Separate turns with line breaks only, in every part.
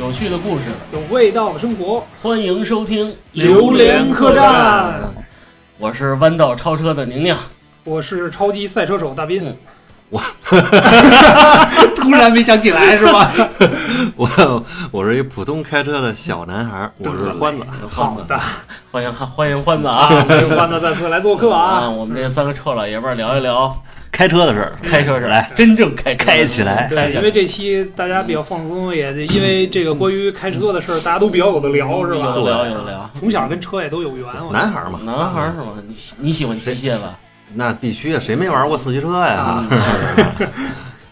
有趣的故事，
有味道的生活，
欢迎收听《
榴莲客栈》。
我是弯道超车的宁宁，
我是超级赛车手大斌。
嗯
突然没想起来 是吧？
我我是一普通开车的小男孩儿，我是欢子。
欢
好
子，
的，
欢迎欢迎欢子
啊
啊！，
欢迎欢子再次来做客
啊，
嗯
啊！
我们这三个臭老爷们儿聊一聊
开车的事儿，
开车是
来
真正开车
开起来
开
对，
起
因
来
为。这期大家比较放松，也因为这个关于开车的事儿，大家都比较有的聊
嗯
是吧
有？聊有聊，
从小跟车也都有缘，我
男孩儿嘛，
男孩儿是吗？你喜你喜欢机械吧？
那必须啊，谁没玩过四驱车呀
啊？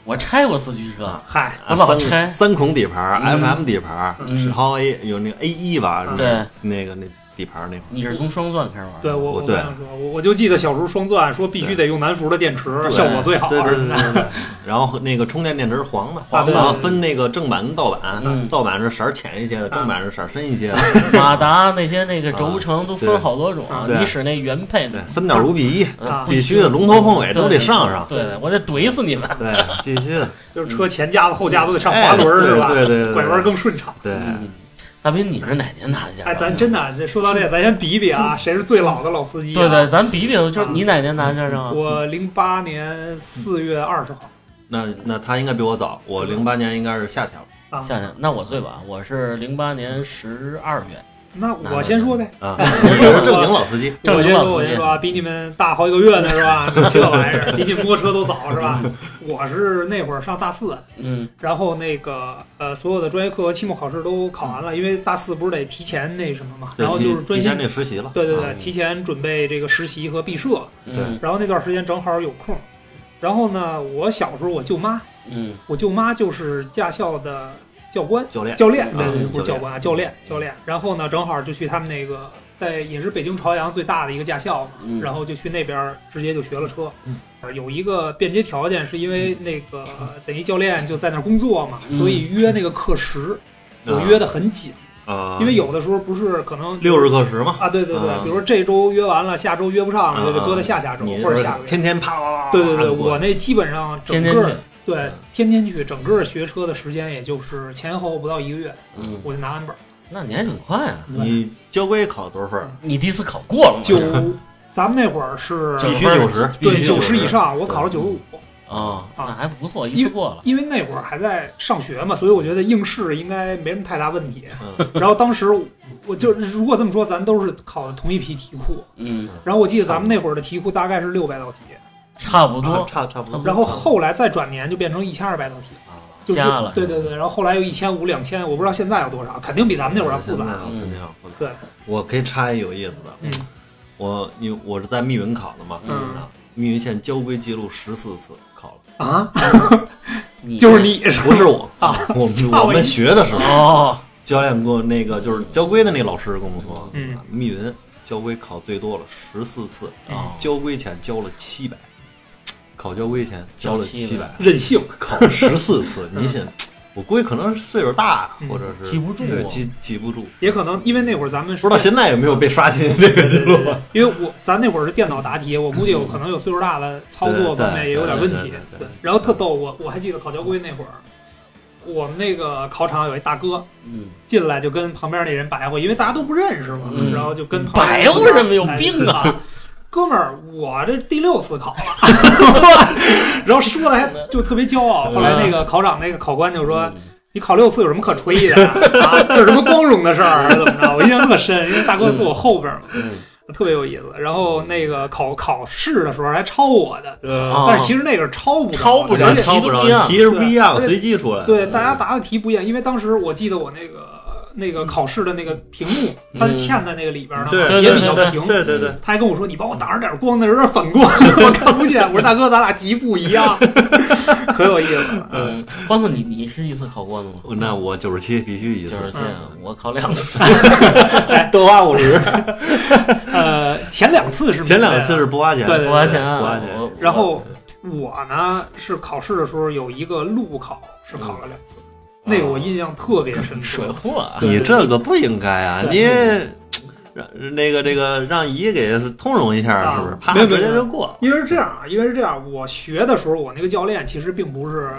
我拆过四驱车，
嗨，
我
啊
老拆
三三孔底盘儿
嗯
，MM 底盘儿
嗯，
史豪 A 有那个 A 一吧？
嗯
对，
那个那底盘儿那
你是从双钻开始玩的？
对我我
对
跟你说，我我就记得小时候双钻说必须得用南孚的电池，
对
效果最好。
对对对对对。然后那个充电电池是黄的，
黄
的
然后分那个正版跟盗
嗯
版，盗版是色儿浅一些的，正版是色儿深一些的。
马达那些那个轴承都分
对
好多种啊，
对
你使那原配
对
的，
三点五比一，
嗯不
必须
行
的，龙头凤尾都
对
得上上。
对对，我得怼死你们。
对，必须的。
就是车前架子后架子得上滑轮
哎
是吧？
对对对对
拐弯更顺畅。
对，
嗯，大斌，你是哪年拿的驾照？
哎，咱真的这说到这，咱先比一比啊，谁是最老的老司机、啊？
对对，咱比比，就是你哪年拿驾照啊？
我零八年四月二十号
那那他应该比我早，我零八年应该是夏天了。
啊，
夏天，那我最晚，我是零八年十二月，
那我先说呗。
啊，我是正经老司机，
正
我
经
先
老
说，
司
我先
机
说。啊，比你们大好几个月呢，是吧？这玩意儿比你们摸车都早，是 吧？我是那会儿上大四，
嗯，
然后那个呃，所有的专业课和期末考试都考完了，因为大四不是得提前那什么嘛，
对
然后
提
就是专心
提前，那实习了。啊
对对对，
嗯
提前准备这个实习和毕设，
嗯
然后那段时间正好有空，然后呢，我小时候我舅妈，
嗯
我舅妈就是驾校的教官。
教练，
教练，
嗯
对对，
嗯
不是教官啊，教练，教练。然后呢，正好就去他们那个，在也是北京朝阳最大的一个驾校嘛，
嗯，
然后就去那边儿直接就学了车啊
嗯。
有一个便捷条件，是因为那个等于教练就在那儿工作嘛，
嗯
所以约那个课时，
嗯
我约的很紧，
啊，
因为有的时候不是可能
六日课时嘛，
啊，对对对，
嗯
比如说这周约完了，下周约不上了，
嗯
就得搁到下下周
你
或者下个月。
天天啪啪啪啪啪
对对对，
就过
我那基本上整
天天去
个，对天天去，整个学车的时间也就是前后不到一个月，
嗯，
我就拿完本儿。
那你还挺快啊。
你交规考多少分儿？
你第一次考过 了吗？
九，咱们那会儿是
九
必须
分
九十，
对
必须
九
90
十以上，我考了九
对
十五，
啊，
啊
那还不错，一次过了。
因为那会儿还在上学嘛，所以我觉得应试应该没什么太大问题。
嗯，
然后当时我就如果这么说，咱都是考的同一批题库，
嗯，
然后我记得咱们那会儿的题库大概是六百道题，
差不多。
啊
差差不多。
然后后来再转年就变成一千二百道题。
啊
就
加了
对对对，然后后来又一千五、两千，我不知道现在有多少，肯定比咱们那会儿要复杂。
嗯肯定要复杂。
对，
我可以插一有意思的，
嗯
我因为我是在密云考的嘛，啊
嗯
密云县交规记录十四次考了，
啊，
你
就是你是吧
不是嗯我
啊，
我
吓
们
我一跳
我们学的时候，
哦，
教练跟我那个就是交规的那老师跟我们说，
嗯，
密云交规考最多了十四次，
哦
交规前交了七百，考交规前交了七
交
百，
任性，
考十四次，你想，
嗯
我估计可能是岁数大，
嗯
或者是
记不住
对记记不住，
也可能因为那会儿咱们是
不知道现在有没有被刷新这 个记录。
因为我咱那会儿是电脑答题，我估计有可能有岁数大了，操作方面也有点问题
嗯对对对对。对
然后特逗，我我还记得考交规那会儿，我们那个考场有一大哥
嗯，
进来就跟旁边那人白话，因为大家都不认识嘛，
嗯
然后就跟旁边
白
那
乎
人
什么有病啊！
哎哥们儿，我这第六次考了，然后说的还就特别骄傲。后来那个考场那个考官就说：“
嗯
你考六次有什么可吹的啊？这有什么光荣的事儿还是怎么着？我印象特深，因为大哥坐我后边嘛，特别有意思。然后那个考考试的时候还抄我的，
呃，
哦
但是其实那个是抄不着的
抄不着
而且
抄不
题都不一样
着，题是不一样，
对
随机出来。
对大家答的题不一样，因为当时我记得我那个那个考试的那个屏幕，它是嵌在那个里边的嘛，
嗯对
也
对
比较
对
平。
对对对，
他还跟我说：“你帮我挡着点光，那有点反光， 我看不见。”我说：“大哥，咱俩题不一样， 可有意思了。
嗯，欢子，你你是一次考过的吗？
呃那我九十七必须一
就
次，
是这
嗯
样，我考两次。
多花五
啊
十，”
呃，前两次是没
前两次
的
是不花钱，
对
多花钱
多
啊
花！钱
我
然后我呢是考试的时候有一个路考是考了两次，
嗯
那个我印象特别深
水
刻。
货啊，
你这个不应该啊！你
对
嗯
让那个这个让姨给通融一下，
啊
是不是？啪，
没有
直接就过。
因为是这样啊，因为是这样，我学的时候，我那个教练其实并不是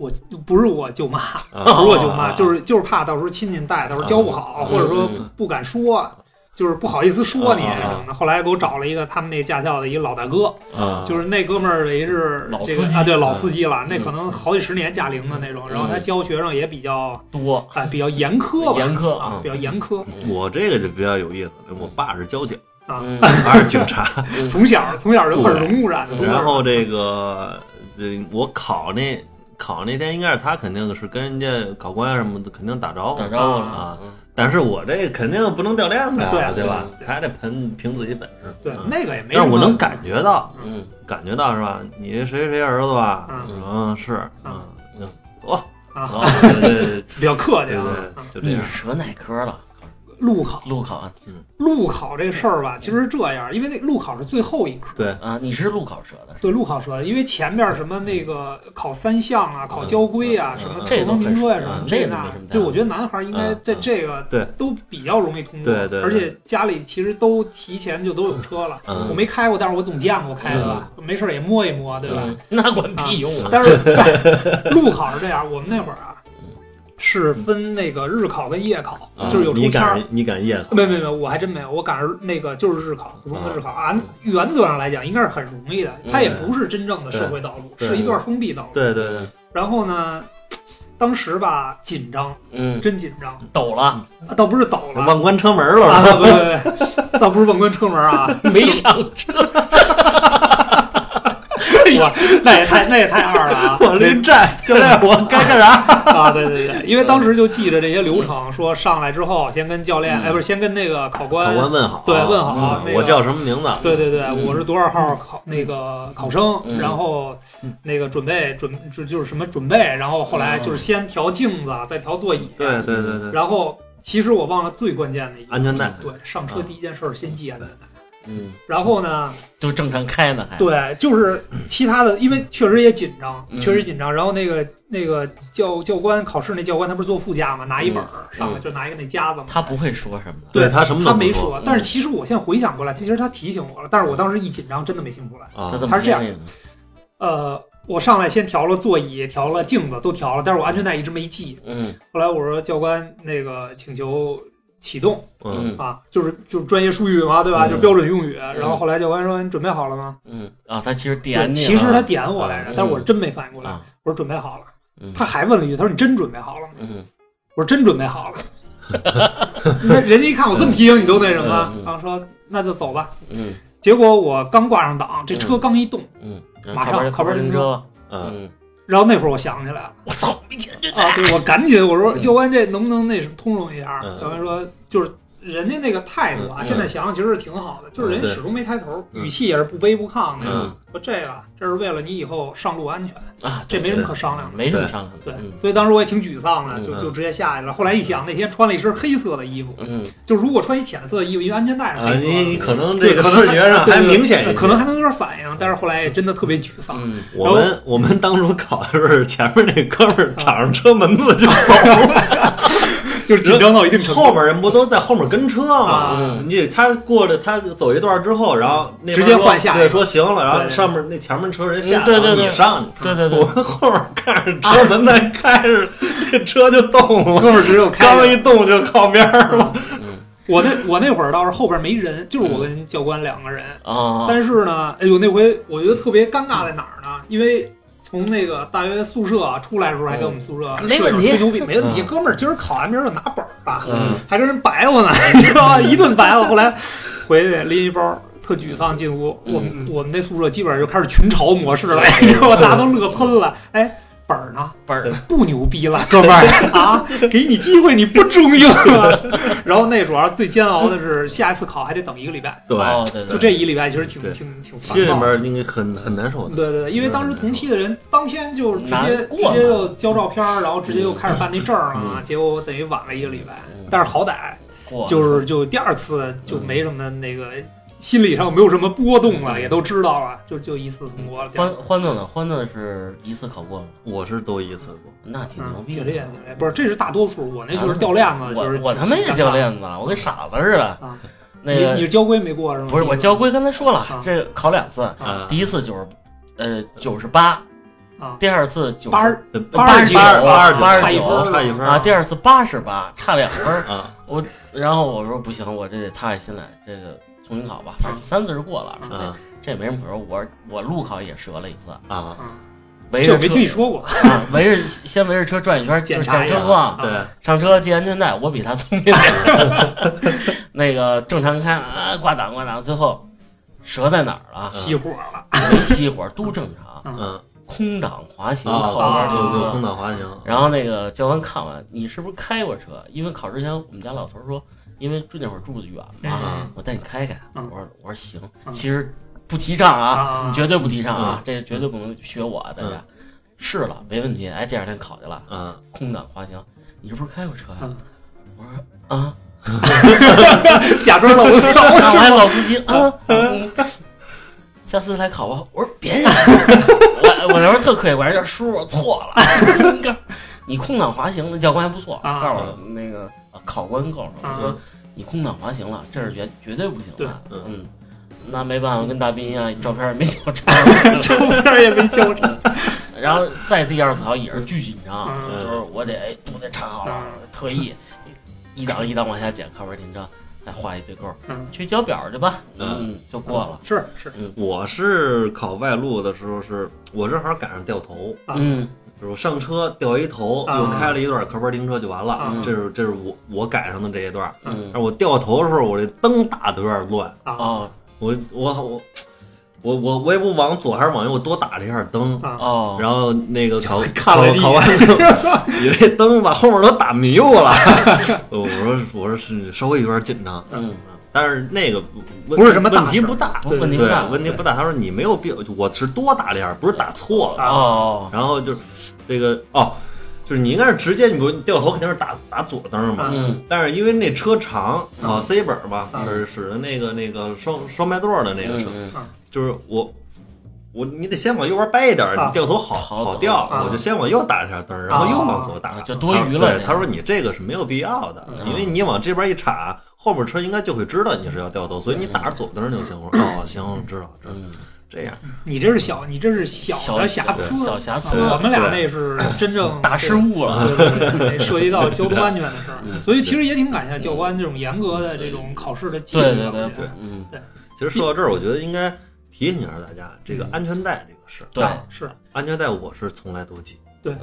我不是我舅妈，不
哦
啊
是我舅妈，
啊
就是就是怕到时候亲戚带，到时候教不好，
啊
或者说
嗯哦
不敢说，就是不好意思说你
啊啊啊
什么的。后来给我找了一个他们那驾校的一个老大哥，
啊，
就是那哥们儿也是
老
这个
司机
啊，对老司机了，那
嗯
可能好几十年驾龄的那种。然后他
嗯
教学生也比较
多
啊比较严苛吧，
严苛
啊
嗯
比较严苛
我这个就比较有意思了。
嗯
我爸是交警，
啊，
嗯
爸是警 察，
从小从小就耳濡目染的。
对
然后这个这我考那考那天应该是他肯定是跟人家考官啊什么的肯定打招呼
打，招呼了
啊，但是我这肯定不能掉链子呀，
对啊
对吧？还得凭凭自己本事。
对
嗯
那个也没什么，
但是我能感觉到，
嗯
感觉到是吧？你谁谁儿子吧？
嗯
嗯，是，
嗯
嗯，嗯走，
嗯，走
啊，，
对对
比较客气
对
啊。
对，就这
你
样。
折哪科了？
路考
路考啊
路考这事儿吧，其实这样，因为那路考是最后一科。
对，
啊，你是路考折的，
对路考折，因为前边什么那个考三项啊、考交规啊、
嗯
什么
嗯
交通停车呀、什么
嗯
这
这都没
那
什么，大
对我觉得男孩应该
嗯
在这个
对
都比较容易通过，
对对对
而且家里其实都提前就都有车了，
嗯
我没开过，但是我总见过开的吧，没事儿也摸一摸，对吧？
嗯？那管屁用啊！
但是但路考是这样，我们那会儿啊
嗯
是分那个日考跟夜考，
啊
就是有出
你
签儿
敢。你敢夜考？
没没没，我还真没有，我赶上那个就是日考，普通的日考啊。原则上来讲，应该是很容易的，
嗯
它也不是真正的社会道路，
对
是一段封闭道路。
对对对，
然后呢，当时吧紧张，
嗯，
真紧张，
抖了，
啊倒不是抖了，
忘关车门
啊
了。
不不不，倒不是忘关车门啊，
没上
我 那也太那也太二了 啊
我这 站教练，我该干 啥？
啊！对对对，嗯因为当时就记着这些流程，说上来之后先跟教练，
嗯
哎不是先跟那个考
考
官嗯
官问好，
对问好
啊
那个
我叫什么名字？
对对对，
嗯
我是多少号考那个考生，
嗯
然后
嗯
那个准备准就就是什么准备，然后后来就是先调镜子，再调座椅，
嗯对对对对，
然后其实我忘了最关键的一个
安全带
对，上车第一件事儿先系安全带。
嗯，
然后呢？
就正常开呢，还
对，就是其他的，因为确实也紧张，
嗯
确实紧张。然后那个那个教教官考试那教官，他不是坐副驾嘛，拿一本儿上来就拿一个那夹子嘛。
他不会说什么的。
嗯对他什么
他
都不
没
说嗯
说，但是其实我现在回想过来，其实他提醒我了，但是我当时一紧张，真的没听出来。
他
啊
怎么
他是这样
建议呢
呃，我上来先调了座椅，调了镜子，都调了，但是我安全带一直没系。
嗯
后来我说教官，那个请求启动
嗯
嗯
啊，就是就是专业术语嘛，对吧？
嗯
就是标准用语。然后后来教官说你准备好了吗？
嗯啊，他其实点
对
你了，
其实他点我来着，
嗯
但是我真没反应过来。
啊，
我说准备好了，
嗯
他还问了一句，他说你真准备好了吗？
嗯
我说真准 备好了。那人家一看我这么提醒你都那什
嗯嗯
么
嗯，嗯
然后说那就走吧。
嗯
结果我刚挂上档，这车刚一动，
嗯，然后
马上
靠边
靠边
停
停车
车，
嗯，
嗯，
然后那会儿我想起来了。
我操，没听见
啊，对我赶紧我说
嗯
教官这能不能那什么通融一下？
嗯
教官说就是人家那个态度啊，
嗯
现在想想其实是挺好的，就是人家始终没抬头，
嗯
语气也是不卑不亢那种
嗯。
说这个这是为了你以后上路安全，
啊，对
这没什么可商量的。
没什么商量的，
对
嗯，
所以当时我也挺沮丧的，就
嗯
就直接下去了。后来一想，那天穿了一身黑色的衣服，
嗯
就如果穿一浅色的衣服，因为安全带是
啊，
黑色
你你
的，
可能
嗯对
这个
可能
视觉上
对
还
对对
明显一些，
可能还能有点反应，但是后来也真的特别沮丧。
嗯
我们我们当初考的时候，前面那哥们
啊
儿敞上车门子就 走了，
就是紧张到一定程度，
后面人不都在后面跟车
啊
吗？
嗯
你他过来，他走一段之后，然后那边
直接
说
换下一个
对，说行了，然
对对
后上面那前面车人
嗯，
下
对
然
对
后
对
你上去，
对对
我
对，
们 后面看着车门在开着，这车就动了，
哥们儿只有开着
刚一动就靠边儿了。
我那我那会儿倒是后边没人，就是我跟教官两个人。
啊，
但是呢，哎呦，那回我觉得特别尴尬在哪儿呢？因为从那个大学宿舍啊出来的时候，还跟我们宿舍
哦没问题
舍友吹牛逼，没问题。
嗯
哥们儿今儿考完明儿就拿本儿吧，
嗯
还跟人白我呢， 你知道吗？一顿白我。后来回去拎一包。特沮丧，进屋，我们
嗯
我们那宿舍基本上就开始群嘲模式了，
哎
你知道吗？大家都乐喷了。哎，本儿呢？
本儿
不牛逼了，哥们儿 啊，给你机会你不中用啊。 然后那主要最煎熬的是下一次考还得等一个礼拜，
对，
哦对对，
就这一礼拜其实挺
对
挺挺烦
心里
躁的。
边应该很很难受的。
对对对，因为当时同期的人当天就是直接
难
直
过嘛
接就交照片儿，然后直接又开始办那证儿了，
嗯
结果等于晚了一个礼拜
嗯。
但是好歹
过
就是就第二次就没什么那个心理上没有什么波动
嗯
了，也都知道了，就就一次通过了。
欢欢乐呢，欢乐是一次考过吗？
我是都一次过，
那挺牛
嗯，
逼
挺
的，
厉害，挺厉害。不是，这是大多数，我那就是掉链子，就是
啊我我他妈也教。练子，我跟傻子似的
啊。
那个
你你是交规没过是吗？
不是我
交
交规，刚才说了
啊，
呃
这考两次，
啊
第一次九十，呃，九十八，
啊
第二次九
八
十
十
呃
八十九
十九，八十
八
十九
九，差一分
啊，第二次八十八，差两分儿。
啊，
我然后我说不行，我这得踏下心来，这个重新考吧。
啊
反正第三次是过了，说
嗯
啊
这这也没什么可说。我我路考也折了一次，
啊，
围
嗯这
着
我没
车
听你说过，
啊，围着先围着车转一圈，就
检
是
查
讲
一
车
下
况，
对，
上车系安全带，我比他聪明点儿。 那个正常开啊，挂档挂档，最后折在哪儿了？
熄火了，
没熄火，都正常。
嗯，
空档滑行
啊，
靠
边
边
儿
这
对
个
对，
车
空岛滑行，
然后那个教官看完，你是不是开过车？因为考之前我们家老头说，因为住那会儿住的远嘛，
嗯
我带你开开。我
嗯
说我说行，
嗯
其实不提倡啊，
啊，嗯
绝对不提倡啊，这绝对不能学我啊，大家。试了没问题，哎，第二天考去了，
嗯，
空档滑行，你是不是开过车呀、
嗯
我说啊，
假 装老头
那我
跳，
还老司机啊，嗯下次来考吧。我说别呀，我我那时候特客气，我说叔我错了， 你看你空档滑行，那教官还不错，
啊
告诉我那个啊考官告诉我
啊
说你空档滑行了，这是绝绝对不行
对
的，
嗯
嗯。那没办法，跟大斌一样，照片也没调查。
照片也没交上，
然后再第二次考也是巨紧张，
嗯
就是我得哎肚子插好了，
嗯
特意一档一档往下减，靠边停车，再画一对勾，
嗯
去交表去吧，
嗯
嗯，就过了，
是是，
我是考外路的时候是，我正好赶上掉头，
啊
嗯
就是我上车掉一头，
啊
又开了一段靠边停车就完了
啊，
这是这是我我赶上的这一段。
嗯
但是我掉头的时候，我这灯打的有点乱，
啊
哦
我我我我我我也不往左还是往右，我多打了一下灯，
啊，
哦，
然后那个考
看了一眼
考完之 后，你这灯把后面都打迷糊了。 我说我说是稍微有点紧张，
嗯，
但是那个问
不是什么大
问题
事儿
不大，
不
对
问题不
对
大，，
问题不大。他说你没有必要，我是多打了一下，不是打错了。
啊
哦，
然后就是这个哦，就是你应该是直接，你不掉头肯定是打打左灯嘛。
嗯
但是因为那车长啊
嗯
，C 本儿嘛，
嗯
是使的那个那个双双排座的那个车，
嗯
就是我我你得先往右边掰一点儿，
啊
你掉头好
好
好
走
掉，
啊
我就先往右打一下灯，然后又往左
啊
打。
就多余
他
了
对，
那
他
个
说你这个是没有必要的，
嗯
因为你往这边一插，后面车应该就会知道你是要掉头，所以你打着左灯就行。我说哦，行，知道知道，
嗯，
这样
你这是小，你这是小
小
的瑕疵，
小瑕疵
啊，我们俩那是真正
大失误了，
对对对，涉及到交通安全的事
嗯
儿，所以其实也挺感谢教官这种严格的这种考试的纪律
对对
的。我
对
觉得
嗯
其实说到这儿，我觉得应该提醒一下大家，这个安全带这个事儿，
对
哎是，
安全带我是从来都系。
对，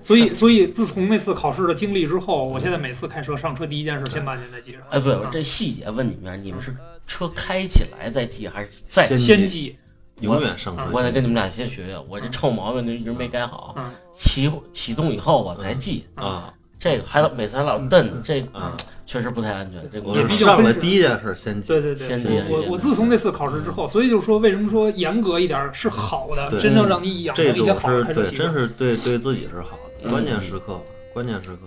所以所以自从那次考试的经历之后，我现在每次开车上车第一件事先把安全带系上。
哎，不，
啊
我这细节问你们一下，你们是车开起来再系还是再
先
先系
永远上车
我
我得
先系
跟你们俩先学学，我
啊
这臭毛病就一直没改好
嗯。
启启动以后我才系，
啊！
这个还老每次还老蹬，这
嗯
确实不太安全。这
我
工
也
作
是
比较
上
分
来
时
第一件事先系。
对对对
先，
系
我
先
我我自从那次考试之后，所以就是说，为什么说严格一点儿是好的，
对嗯
真正让你养成
这
一些
种
好
是
的开车
对，
习
真
惯。
是对对自己是好的，
嗯
关键时刻吧，关键时刻。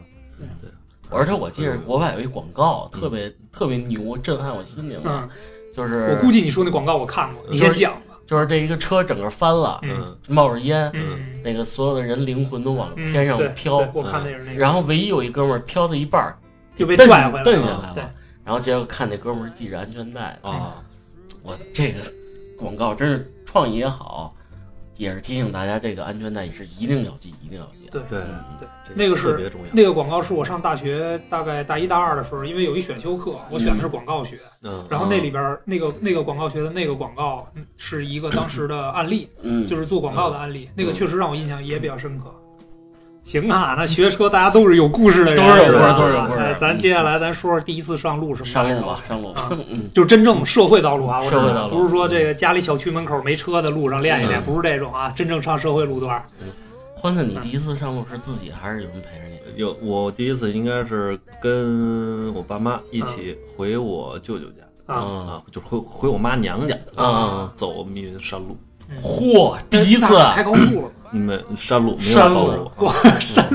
对，
而且我记
嗯
着国外有一广告，特别特别牛，震撼我心灵的，
嗯，
就是
我估计你说那广告我看过，你
就是
先讲吧。
就是这一个车整个翻了，
嗯
嗯
冒着烟，
嗯，
那个所有的人灵魂都往
嗯
天上
对
飘，
对我看那是那个，
然后唯一有一哥们儿飘到一半儿
就被
蹬
拽回来
蹬
了。
下来
对
了，然后结果看那哥们儿系着安全带的，
啊，
我这个广告真是创意也好，也是提醒大家这个安全带是一定要系，一定要系。啊嗯
对
对
对，
这
那个是
特别重要。
那个广告是我上大学大概大一大二的时候，因为有一选修课，我选的是广告学，
嗯，
然后那里边儿那个那个广告学的那个广告嗯是一个当时的案例，
嗯，
就是做广告的案例，那个确实让我印象也比较深刻。行啊，那学车大家都是有故事的人，
都是有
是吧
故事都是有故事嗯
哎咱接下来咱说说第一次上路什么
上
感
路
受
吧，，上路
啊。
嗯，
就真正社会道路啊，我
社会道路
不是说这个家里小区门口没车的路上练一练，
嗯
不是这种啊，真正上社会路段。
欢子，你第一次上路是自己还是有人陪着你？
有我第一次应该是跟我爸妈一起回我舅舅家
啊，
啊
啊，就是回回我妈娘家
啊啊！
走我们一山路，
嚯，第一次啊
啊大
啊
开高速了，
你们山路没有
山
道
路
路，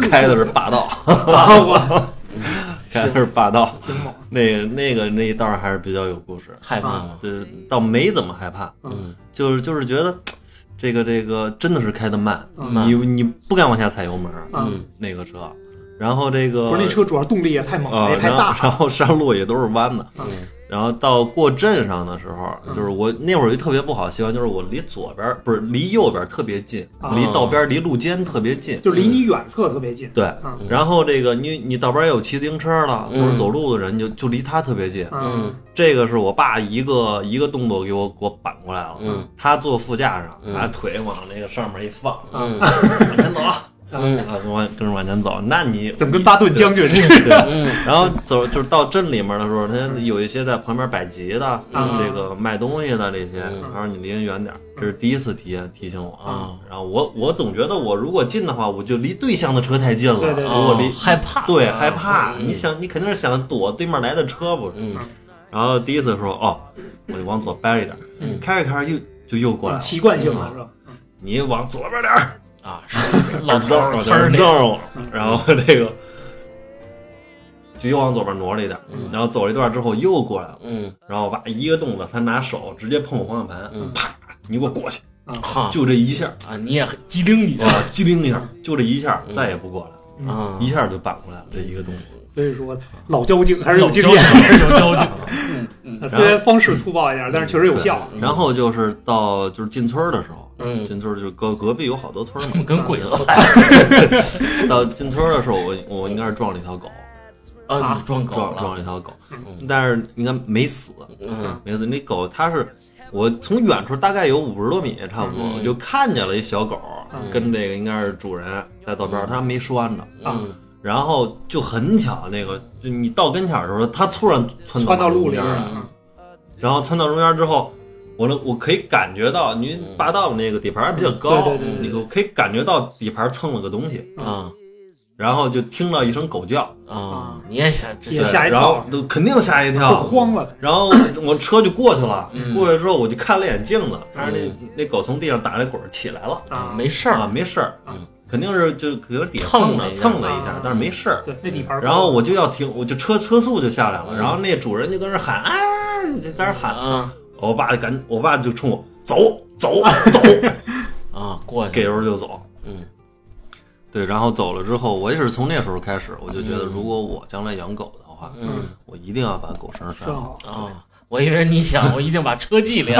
开的是霸道，
我
开的是霸道。
挺猛。
那个那个那一道还是比较有故事，
害怕吗？
对，倒没怎么害怕，
嗯，
就是就是觉得这个这个真的是开的慢，
嗯
你你不敢往下踩油门，
啊
嗯
那个车，然后这个
不是那车主要动力也太猛
啊
了，也，太
然后
大了。
然后山路也都是弯的，
嗯
然后到过镇上的时候，
嗯
就是我那会儿有一特别不好的习惯，就是我离左边儿不是离右边儿特别近，
啊
离道边儿离路肩特别近，
就离你远侧特别近。
对，
嗯
然后这个你你道边儿有骑自行车了或
嗯
者走路的人，就就离他特别近。
嗯
这个是我爸一个一个动作给我给我扳过来了。
嗯
他坐副驾上，
嗯
把腿往那个上面一放，
嗯
往 前走啊，
嗯
啊往跟着往前走。那你
怎么跟巴顿将军似的？
对，
嗯
然后走就是到镇里面的时候，他有一些在旁边摆集的，
嗯
这个卖东西的这些，
嗯
他说你离人远点儿，这是第一次提提醒我啊
嗯。
然后我我总觉得我如果近的话，我就离对向的车太近了，
对对对
如果离
哦害怕
对
啊
害怕，
嗯
你想你肯定是想躲对面来的车不是？
嗯
然后第一次说哦，我就往左掰了一点儿，
嗯
开着开着又就又过来
嗯
了，
习惯性的是吧？
你往左边点儿，
啊，是老头儿
让
呲儿那
让
个
着我，然后这个就又往左边挪了一点儿，然后走了一段之后又过来了。
嗯
然后吧，一个动作，他拿手直接碰我方向盘，
嗯
啪，你给我过去，
哈
就这一下，
啊，你也机灵一下
啊，机灵一下，就这一下，
嗯
再也不过来了，
啊，
一下就扳过来了，这一个动作。
嗯所以说老交警还
还
是有经验，
还是有交情。嗯嗯
虽然方式粗暴一点，但是确实有效。
嗯
然后就是到就是进村儿的时候，
嗯，
进村儿就是隔隔壁有好多村儿
怎么
嘛，
跟鬼子来
到进村儿的时候，我我应该是撞了一条狗，
啊？你撞狗
撞
了？
撞了一条狗
嗯，
但是应该没死，
嗯
没死。那狗它是我从远处大概有五十多米差不多，
嗯
我就看见了一小狗
嗯
跟这个应该是主人在道边儿，
嗯
它没拴呢。
嗯
然后就很巧，那个就你到跟前儿的时候，它突然窜
窜到
马路
路里啊
边儿
了
了，然后窜到中间儿之后，我能我可以感觉到，因为霸道那个底盘儿比较高，
嗯对对对
对
那个我可以感觉到底盘儿蹭了个东西，
啊
然后就听到一声狗叫，
啊！你也想这
也吓一跳
然后都肯定吓一
都
跳，
慌了。
然后我车就过去了，
嗯
过去之后我就看了眼镜子，看着那、
嗯
那狗从地上打了滚儿起来了，
啊
啊，
没事
啊，
儿，
没事儿
嗯，
肯定是就可能底下碰
蹭了
了
一下嗯
蹭了一下
啊，
但是没事儿。
对，那底盘儿。
然后我就要停，我就车车速就下来了，
嗯
然后那主人就跟那喊啊，就跟那喊，
啊
我爸就赶，我爸就冲我走 走走，
啊，过去
给油就走。
嗯
对，然后走了之后，我也是从那时候开始，我就觉得
嗯
如果我将来养狗的话，
嗯
我一定要把狗绳
拴
拴好，
好，
啊，我以为你想我一定把车技练，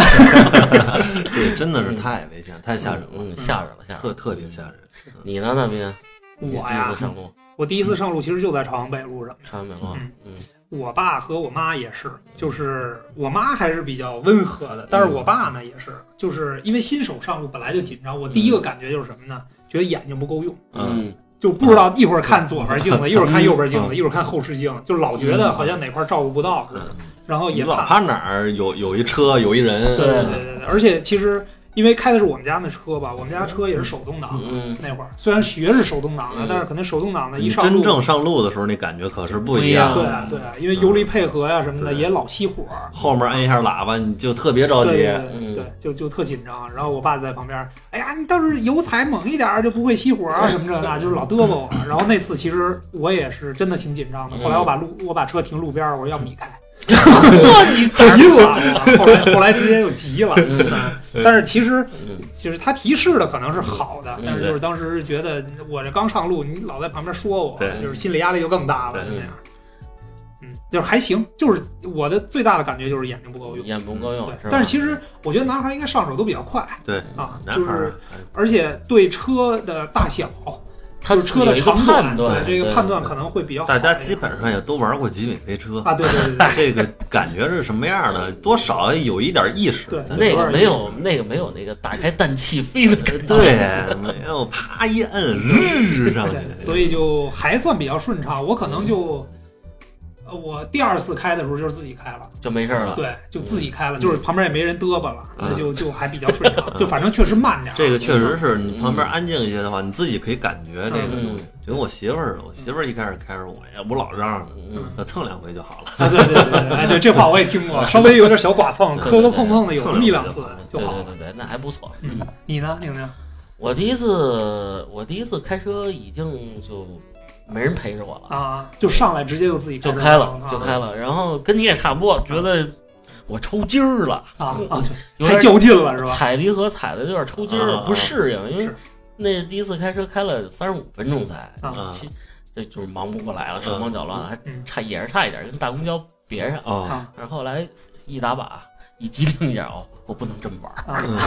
这真的是太危险，太吓人了，
嗯，吓人了，吓人
特
了。
特别吓人。
你呢，那边？你
我
第一
呀
次，上路，
我第一次上路其实就在朝阳北路上。
上完美路，
我爸和我妈也是，就是我妈还是比较温和的，但是我爸呢也是，就是因为新手上路本来就紧张，我第一个感觉就是什么呢？觉得眼睛不够用，
嗯，
嗯
就不知道一会儿看左边镜子，一会儿看右边镜子，
嗯
一会儿看后视镜，就老觉得好像哪块照顾不到似的，然后
你
也
老
怕。
怕哪儿有有一车有一人，嗯
对对对对，而且其实因为开的是我们家那车吧，我们家车也是手动挡的，
嗯，
那会儿虽然学是手动挡的
嗯，
但是可能手动挡的一
你
上
真
路，
正上路的时候那感觉可是
不
不一
对
一样
啊对啊，因为油离配合呀、什么的
对
也老熄火，
后面按一下喇叭你就特别着
对
急，
对对对，就就特紧张。然后我爸在旁边儿，哎呀，你倒是油踩猛一点儿，就不会熄火啊什么这那，就是老嘚啵我。然后那次其实我也是真的挺紧张的，后来我把路我把车停路边儿，我说要不你开，
嚯，你
急 我了。后来后来直接就急了。
嗯
但是其实
嗯
其实他提示的可能是好的
嗯，
但是就是当时觉得我这刚上路，你老在旁边说我
对，
就是心理压力就更大了，
对
就那样。嗯，就是还行，就是我的最大的感觉就是眼睛不够用。
眼不够用
对，，
吧嗯
但是其实我觉得男孩应该上手都比较快，
对
啊，
男
就
孩
是
儿
而且对车的大小，
他
就是车
有
的
一个
长
判
短，
断，
这个判断
对
可能会比较好
大家
一点
基本上也都玩过极品飞车，
啊，对 对对对
这个感觉是什么样的，多少有一点意识。
对
咱
那个没有，那个没有那个打开氮气飞的 感觉。
对，没有啪一摁，日上
对，
去。
所以就还算比较顺畅。我可能就，
嗯
呃，我第二次开的时候就是自己开了，
就没事儿了。
对，就自己
嗯
开了，就是旁边也没人嘚吧了，
嗯
那就就还比较顺畅，就反正确实慢点儿。
这个确实是你旁边
嗯
安静一些的话，你自己可以感觉
嗯
这个东西。就跟我媳妇儿似的，我媳妇儿一开始开始我呀，我老嚷嚷，
嗯，
她蹭两回就好了。
啊，对对对对，对哎，对这话我也听过，稍微有点小剐蹭，
对对
磕磕碰碰的有那么一两次就
对
好
啊对
了。
对对，那还不错。
嗯，你呢，宁宁？
我第一次，我第一次开车已经就没人陪着我了，
啊，就上来直接就自己
就
开
开
啊始
了，就开了。然后跟你也差不多，觉得我抽筋儿了，
啊啊，
嗯有
太
点
较劲了是吧？
踩离合踩的有点抽筋
啊
儿，
啊
不适应，因为
是
那第一次开车开了三十五分钟才，
啊
啊
其这就是忙不过来了，手忙脚乱了，还
嗯
差也是差一点，跟大公交别人。
啊，
然后后来一打靶，一机灵一下哦，我不能这么玩儿，
啊，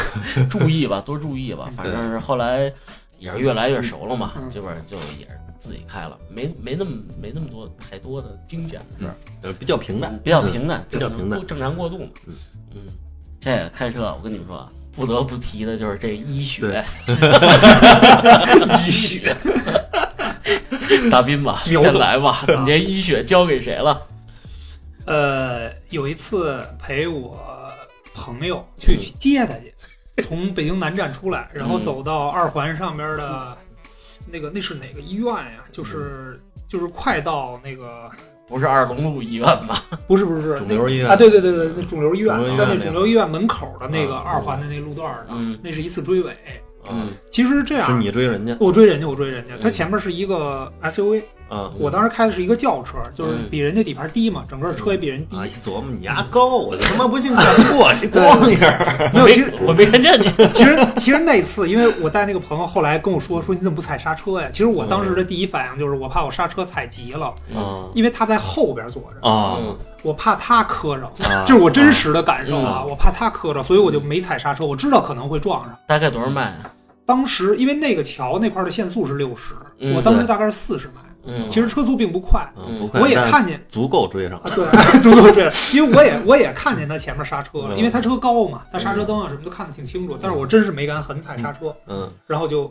注意吧，多注意吧。反正是后来也是越来越熟了嘛
嗯，
基本上就也是自己开了，没没那么没那么多太多的惊险的事儿，
呃比较平淡，嗯
比较平淡，
比较平淡
正常正常过渡嘛
嗯。
嗯，这个开车，我跟你们说啊，不得不提的就是这医学
对，
医学。 大斌吧，
牛的
先来吧，你这医学交给谁了？
呃，有一次陪我朋友去
嗯
接他去，从北京南站出来，然后
嗯
走到二环上边的那个那是哪个医院呀？就是就是快到那个
不是二龙路医院吧？
不是不是不是
肿
那
瘤医院
啊，对对对对，那肿瘤医院
肿瘤医院
在那
那个
肿瘤医院门口的那个
啊
二环的那路段上，
嗯
那是一次追尾。
嗯
嗯，
其实这
是
样，
你追人家
我追人家，我追人家，
嗯
他前面是一个 SUV，
啊，
我当时开的是一个轿车，就是
嗯
比人家底盘低嘛，整个车也比人低
啊，一。琢磨你牙高，我就他妈不信干 不过你，咣一下，
没有，
没
其实
我没看见你。
其实其实那次，因为我带那个朋友后来跟我说说你怎么不踩刹车呀？其实我当
嗯
时的第一反应就是我怕我刹车踩急了，
啊
因为他在后边坐着，
啊
嗯
我怕他磕着。
啊，
这是我真实的感受啊，
嗯
我怕他磕着，所以我就没踩刹车。我知道可能会撞上。
大概多少迈啊？
当时因为那个桥那块儿的限速是六十、
嗯
我当时大概是四十迈，
嗯，
其实车速并不快。
嗯不快
我也
但是
看见
足够追上
啊， 对，足够这样，因为我也我也看见他前面刹车了，
嗯
因为他车高嘛，他刹车灯啊什么都看得挺清楚。但是我真是没敢狠踩刹车，
嗯。
然后就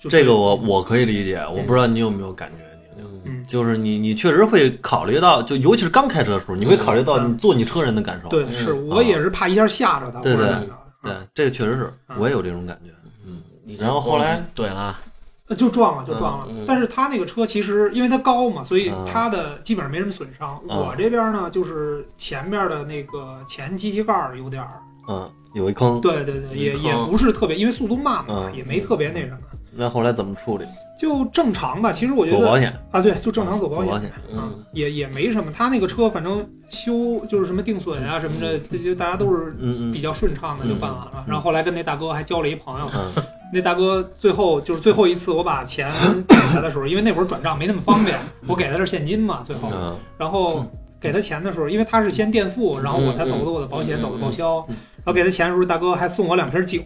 就
这个我我可以理解，我不知道你有没有感觉，宁宁，
嗯
就是你你确实会考虑到，就尤其是刚开车的时候，你会考虑到
嗯
你坐你车人的感受。
对，
嗯
是我也是怕一下吓着他，
啊对
或者啊
对
怎么着
对，这个确实是
嗯，
我也有这种感觉。嗯，
你
然后后来
对了，啊
呃就撞了，就撞了。
嗯嗯
但是他那个车其实因为它高嘛，所以
嗯
它的基本上没什么损伤。
嗯
我这边呢，就是前面的那个前机器盖儿有点儿，
嗯，有一坑，
对对对，也
嗯
也不是特别，因为速度慢嘛，
嗯
也没特别那什么，
那后来怎么处理？
就正常吧。其实我觉
走保
得
险，
啊，对，就正常走保
险。
险。
嗯，
也也没什么，他那个车反正修就是什么定损啊什么的，这些大家都是
嗯
比
嗯
较顺畅的就办完了。
嗯
然后后来跟那大哥还交了一朋友，
嗯
那大哥最后就是最后一次我把钱 给他的时候，因为那会儿转账没那么方便，我给他是现金嘛，最后，
嗯
然后给他钱的时候，因为他是先垫付，然后我才走的我的保险，
嗯嗯
走的报销，
嗯
然后给他钱的时候，大哥还送我两瓶 酒，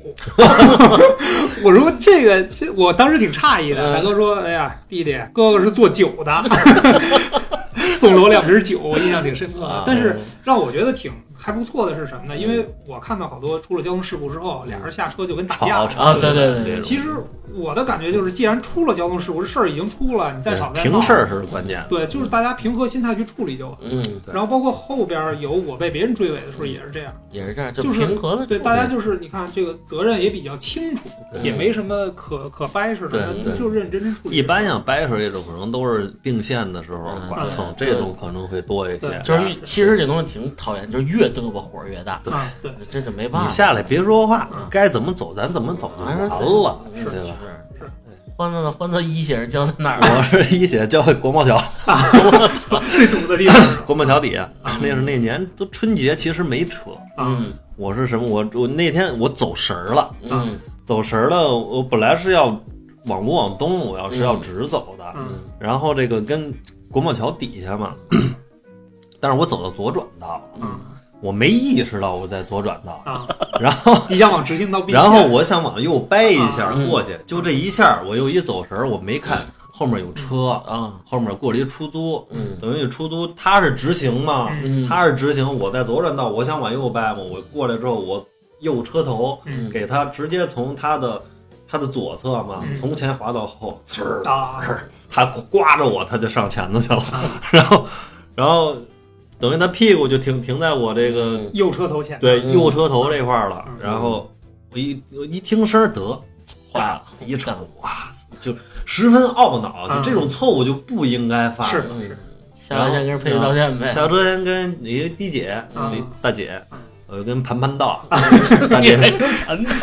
我说这个这我当时挺诧异的，
嗯
大哥说，哎呀，弟弟，哥哥是做酒 的，送了我两瓶酒，我印象挺深刻的
啊，
但是。让我觉得挺还不错的是什么呢？
嗯
因为我看到好多出了交通事故之后，俩人下车就跟打架
吵
了。
吵
啊对对对对
其实我的感觉就是，既然出了交通事故，这事儿已经出了，你再吵再闹
平事儿是关键。
对，就是大家平和心态去处理就完。
嗯，
对
然后包括后边有我被别人追尾的时候也是这样，
也是这样，就
就是
平和的
对，大家就是你看这个责任也比较清楚，
嗯对
也没什么可可掰扯的，
对
就
对
就认认真真处理。
一般像掰扯这种，可能都是并线的时候
嗯
剐蹭，
对
这种可能会多一些啊
对。
就是越其实这东西挺讨厌，就是越嘚啵火越大，
啊，对，
这就没办法。
你下来别说话
嗯，
该怎么走咱怎么走就
完
完了，
是
对吧？
是
是
欢乐的欢乐一写是交在哪儿了？
我是一写教会国贸桥，
最堵的地方是吧
国贸桥底下，啊那是那年都春节，其实没车。
啊，
嗯
我是什么？我我那天我走神儿了，
嗯
走神儿了。我本来是要往不往东，我要是
嗯
要直走的。
嗯
然后这个跟国贸桥底下嘛， 但是我走到左转道，
嗯
啊
我没意识到我在左转道，
啊，
然后。
你想往直行道并线，
然后我想往右掰一下
嗯
过去，就这一下，我又一走神儿，我没看后面有车，
啊
后面过了一出租，
嗯
等于出租它是直行嘛，
嗯
它是直行，我在左转道，我想往右掰嘛，我过来之后，我右车头
嗯
给它直接从它的它的左侧嘛，
嗯
从前滑到后，呲儿，
啊，
它刮着我，它就上前头去了，
啊
然后，然后等于它屁股就停停在我这个
嗯
右车头前，
对
嗯
右车头这块儿了
嗯，
然后我一我一听声儿得
坏了，
一瞅哇，就十分懊恼，
嗯
就这种错误就不应该犯。
是
嗯，下来先跟人赔礼道歉呗。
下车先跟一个滴姐、
嗯
李大姐
嗯，
我跟盘盘道，大姐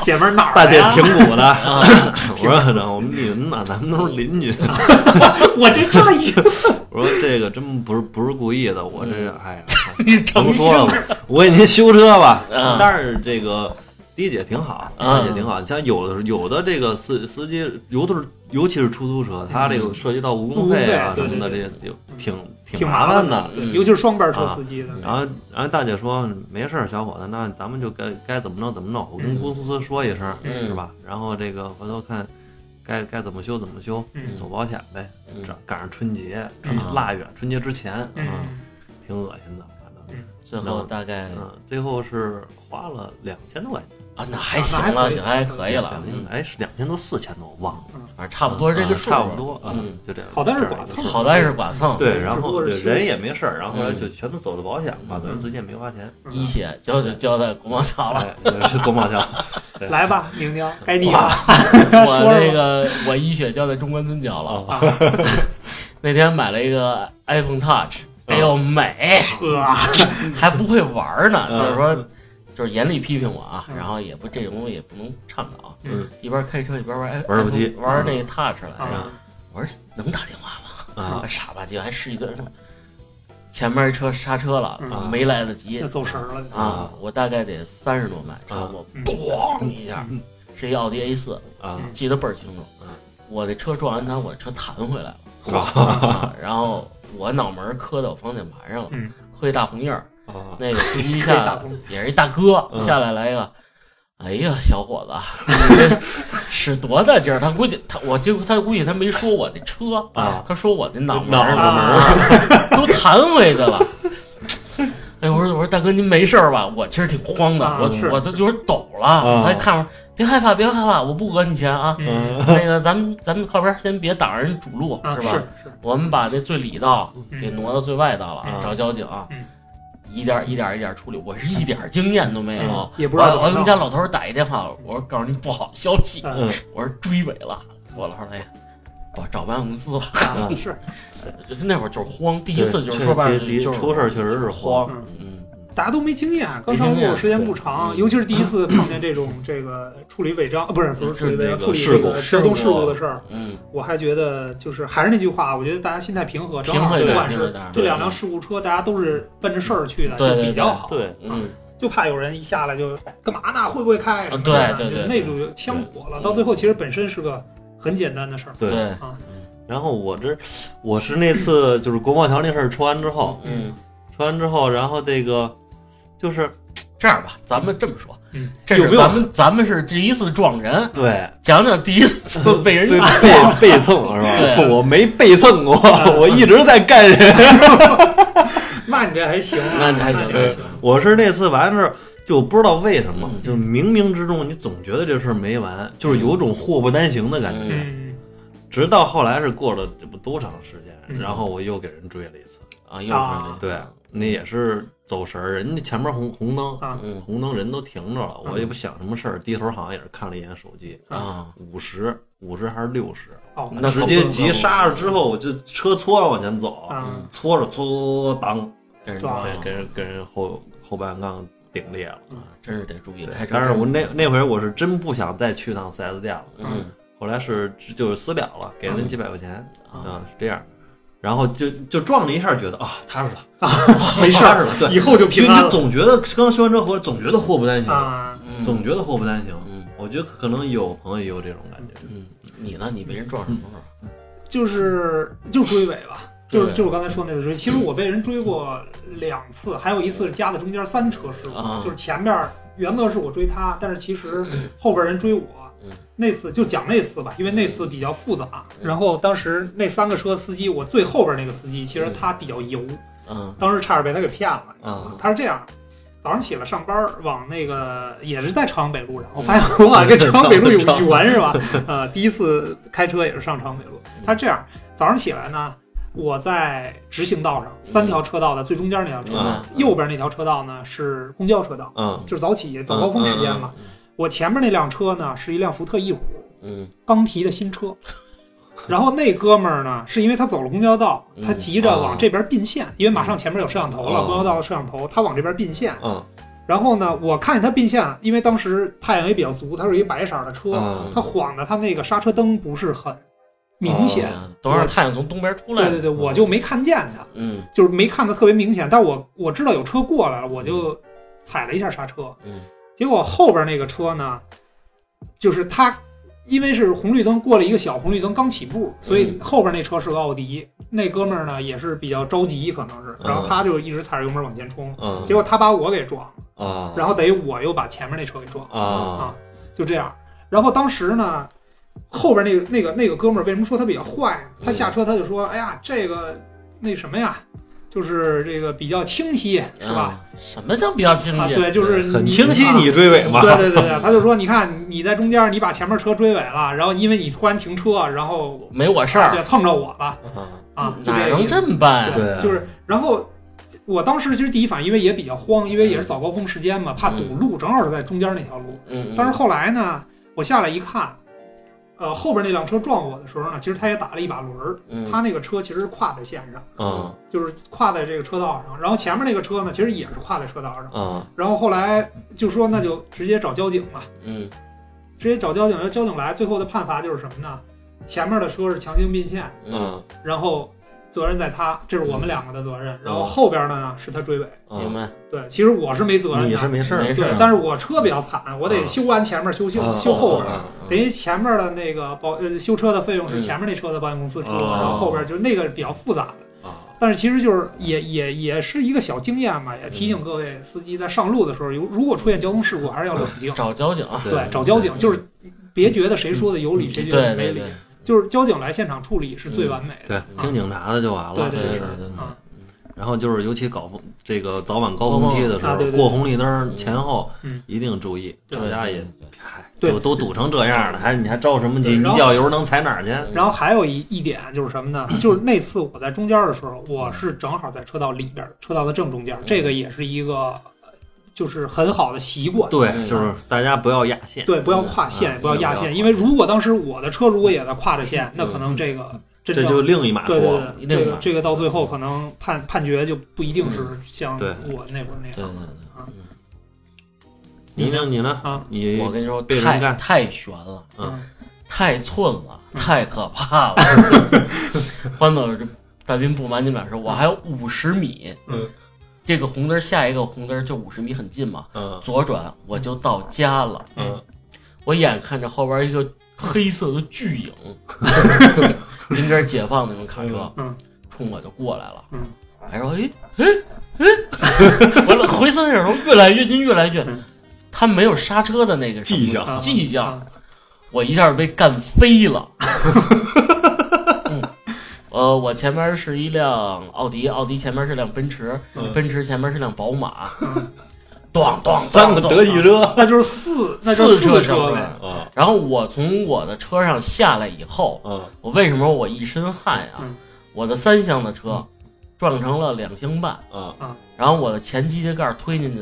姐们儿哪儿
大姐
来啊
平谷的，
啊，
我说然后我们邻呐，咱们都是邻居。
我这诧异，
我说这个真不是不是故意的，我这哎呀，
嗯 你
甭说了，我给您修车吧。
嗯
但是这个滴姐挺好，
嗯
滴姐挺好。像有的有的这个司司机，尤的是尤其是出租车，它这个涉及到误工费啊
嗯误工费对
什么的，
对
这就 挺
挺
麻
烦
的。啊
对
嗯
尤其是双班车司机的。
然后，然后大姐说没事儿，小伙子，那咱们就该该怎么弄怎么弄，我跟
嗯
公司说一声，
嗯
是吧？然后这个回头看该该怎么修怎么修，
嗯
走保险呗。
嗯
这赶上春节，春
嗯
腊月，春节之前，
嗯
啊
挺恶心的，反正，
最后大概
嗯，最后是花了两千多块钱，
啊，那还行了，
那
还
还
可
可
以
以
了
两，
嗯
千，哎，是两千多，四千多，我忘了，
反正差不多是这个数，
嗯差不多，
嗯，，
就这样。
好在是
这样
剐
一个
蹭
事儿
好在是剐蹭，
对，然
只不
后
过是
对
修
人也没事儿，然后后来
嗯
就全都走的保险嘛，等于
嗯
自己也没花钱。
嗯
一血交就交在国贸桥 了。
哎，是多冒险。对
来吧，宁宁，该你
哇
了。
我
说
那
了
个我一血交在中关村交了，
啊，
那天买了一个 iPhone Touch，哎呦美，
呵，
还不会玩儿呢，
嗯
就是说。就是严厉批评我啊，
嗯
然后也不这种东西也不能倡导，
嗯
一边开车一边玩哎
玩手机
iPhone- 玩那 Touch 哎来着，
嗯
啊，
能打电话吗？
啊，
傻吧唧，还试一顿，前面一车刹车了，
嗯
没来得及
那走神儿了。
啊，我大概得三十多迈，差不多，
嗯
咣一下，是一奥迪 A 四，
啊，
记得倍儿清楚
嗯。
我这车撞完它，我车弹回来了，
哇
啊然后我脑门儿磕到我方向盘上了，
嗯
磕一大红印儿。
啊，
那个司 机
可以打
下
工
也是一大哥
嗯
下来来一个，哎呀，小伙子，你这使多大劲儿？他估计他我就他估计他没说我的车
啊
他说我的脑门
脑
儿
门
啊都弹回去了。 哎，我说我说大哥您没事儿吧？我其实挺慌的，
啊
我
是
我都有点抖了。他看我，别害怕，别害怕，我不讹你钱啊。
嗯
嗯，
那个咱们咱们靠边儿先别挡着人主路
啊，
吧？
是
我们把这最里道
嗯
给挪到最外道了，
嗯
找交警啊
嗯
一点儿一点儿一点儿处理，我是一点儿经验都没有
嗯。
也不
我
知道
啊
怎
我给我
么弄
们家老头儿打一电话，我说告诉你不好消息，
嗯
我说追尾了。我老头儿哎呀，我找保险公司吧。
啊是
就那会儿就是慌，第一次就是说白
白
了
了，
就
第一
是
出事儿确实是
慌
慌。
嗯
嗯
大家都没经验，啊刚上
没经验嗯
路时间不长，
对
尤其是第一次碰见这种这个处理违章，啊不是不是处理违章，
这
处
个
理
事
这
故
个交通事故的事儿，
嗯，
我还觉得就是还是那句话，我觉得大家心态平和，
嗯
正
平
好
衡一
不
点，
管
平衡
是
一
这
点。
两辆事故车，大家都是奔着事儿去的，
对对
就比较好。
对，
嗯，
就怕有人一下来就干嘛呢？会不会开？什么
啊
的
对对
就是
对
那种枪火了。
对
到最后其实本身是个很简单的事儿。
对
对，
然后我这我是那次就是国贸桥那事儿出完之后，
嗯，
出完之后，然后这个就是
这样吧，咱们这么说
嗯，
这是
有没有
咱们咱们是第一次撞人，
对
讲讲第一次被人
被
打。
被被蹭是吧
对？嗯
我没被蹭过，我一直在干人。
那你这还行，啊
那你还行
那还行。
我是那次完事儿就不知道为什么
嗯，
就是冥冥之中你总觉得这事儿没完，就是有种祸不单行的感觉。
嗯
嗯，
直到后来是过了这不多长时间，
嗯
然后我又给人追了一次，
啊，又是这，
对，那也是走神儿，人家前面红红灯，
啊
嗯
红灯人都停着了，
嗯
我也不想什么事儿，低头好像也是看了一眼手机，
啊，
五十五十还是六十，
哦，
那
直接急刹了之后，我就车搓着往前走，
啊，
搓着搓搓搓当，
跟人
撞
撞
啊
对，
了
跟人跟人后后半杠顶裂了。
啊，真是得注意
对
开车。
但是我那那回我是真不想再去趟四 S 店了，
嗯
后来是就是私了了，给
嗯
人几百块钱
啊，
是这样。然后就就撞了一下，觉得啊踏实了，
没事
踏
儿，
实了。对，
以后就
就
平安
你
了
总觉得刚修完车回来，总觉得祸不单行，
啊。
嗯
总觉得祸不单行。
嗯
我觉得可能有朋友也有这种感觉，
嗯，你呢？你被人撞什么时候？
就是就追尾吧，就是
对
就是我刚才说那个追。其实我被人追过两次，还有一次是夹在中间三车事故，
啊
就是前面原则是我追他，但是其实后边人追我
嗯。
那次就讲那次吧，因为那次比较复杂。
嗯
然后当时那三个车司机，我最后边那个司机其实
嗯
他比较油，
嗯
当时差点被他给骗了。
啊
他是这样，早上起来上班儿，往那个也是在朝阳北路上，我发现我往跟朝阳北路有缘是吧？呃，第一次开车也是上朝阳北路
嗯。
他是这样，早上起来呢，我在直行道上，三条车道的最中间那条车道，
嗯
右边那条车道呢是公交车道，
嗯
就是早起早高峰时间嘛。我前面那辆车呢是一辆福特翼虎，
嗯
刚提的新车。然后那哥们儿呢，是因为他走了公交道，他
嗯
急着往这边并线，因为马上前面有摄像头了，
哦
公交道的摄像头，他往这边并线。
嗯
然后呢，我看见他并线，因为当时太阳也比较足，它是一白色的车，
嗯
他晃的他那个刹车灯不是很明显。
嗯，都让太阳从东边出
对
来。
对对，我就没看见他，
嗯
就是没看得特别明显，但我我知道有车过来了，我就踩了一下刹车。
嗯
结果后边那个车呢，就是他因为是红绿灯过了一个小红绿灯，刚起步，所以后边那车是个奥迪。那哥们儿呢也是比较着急，可能是，然后他就一直踩着油门往前冲，
嗯
结果他把我给撞，
啊，
然后等于我又把前面那车给撞，
啊
就这样。然后当时呢，后边那个那个那个哥们儿为什么说他比较坏呢？
嗯
他下车他就说：“哎呀，这个那什么呀，就是这个比较清晰，是吧？
啊？什么叫比较清
啊，
晰？
对，就是你啊
很清晰，你追尾嘛，
对对对对，他就说，你看你在中间，你把前面车追尾了，然后因为你突然停车，然后
没我事
对
儿，
蹭着我了
啊
啊，就
哪
这个
能
意思。
这么办呀？
对啊
就是然后我当时其实第一反应，因为也比较慌，因为也是早高峰时间嘛，怕堵路，正好是在中间那条路。
嗯，嗯
但是后来呢，我下来一看，呃，后边那辆车撞我的时候呢，其实他也打了一把轮儿，
嗯
他那个车其实是跨在线上，
啊
就是跨在这个车道上，然后前面那个车呢，其实也是跨在车道上。
啊
然后后来就说那就直接找交警吧。
嗯
直接找交警，要交警来，最后的判罚就是什么呢？前面的车是强行并线，
嗯，
啊
然后责任在他，这是我们两个的责任。然后后边的呢是他追尾，
明白，
对，其实我是没责任
嗯你是
的，
没事儿，啊
没事
对
儿，啊
但是我车比较惨，我得修完前面修修修后边。等于前面的那个保呃修车的费用是前面那车的保险公司出，
嗯
然后后边就那个比较复杂的，
啊
但是其实就是也也也是一个小经验吧，也提醒各位司机在上路的时候，如如果出现交通事故还是要冷静，
找交警。啊
对，找交警就是别觉得谁说的有理，谁
对
觉得
嗯
没
对
理，
对，
就是交警来现场处理是最完美的。
对，听警察的就完了，这事儿。
啊
然后就是，尤其搞风这个早晚高峰期的时
啊
候
对，对
过红绿灯前后
嗯
一定注意，
对
大家也嗨
对
都都堵成这样了，还你还着什么急？
对
你
然后嗯
脚油能踩哪儿去？
然后还有一一点啊就是什么呢？
嗯
就是那次我在中间的时候，我是正好在车道里边，车道的正
嗯
中间，这个也是一个呃就是很好的习惯。
对
嗯，
就是大家不要压线。
对，不要跨线，
嗯
也不要压
不要
线，
跨
因为如果当时我的车如果也在跨着线，那可能这个真
嗯这
正
就另一码
对
说了。
对
一
对，
定
这
的
个这个到最后可能判判决就不一定是像
嗯对
我那会儿那
对
样
对
你呢？你呢？
啊。
对，
你
我跟你说，
被人
太
干
太悬了。
嗯
太寸了，太可怕了。 欢总大兵不瞒你们俩说，我还有五十米，
嗯，
这个红灯儿下一个红灯儿就五十米很近嘛，
嗯
左转我就到家了。
嗯
我眼看着后边一个黑色的巨 影，临边解放那种卡车，
嗯，
冲我就过来了，
嗯，
还说，哎哎哎， 完了，回身影头越来越近，越来越近
嗯，
他没有刹车的那个
迹象
程度
啊
迹象，
啊
我一下被干飞了。嗯，呃，我前面是一辆奥迪，奥迪前面是辆奔驰，
嗯
奔驰前面是辆宝马
嗯，
咣咣
三个德意。
咣咣
车
那就是四，那就
四
是四
车
车
上
呗。
啊
然后我从我的车上下来以后，
啊
我为什么我一身汗呀、
嗯
我的三厢的车撞成了两厢半，
啊
然后我的前机械盖推进去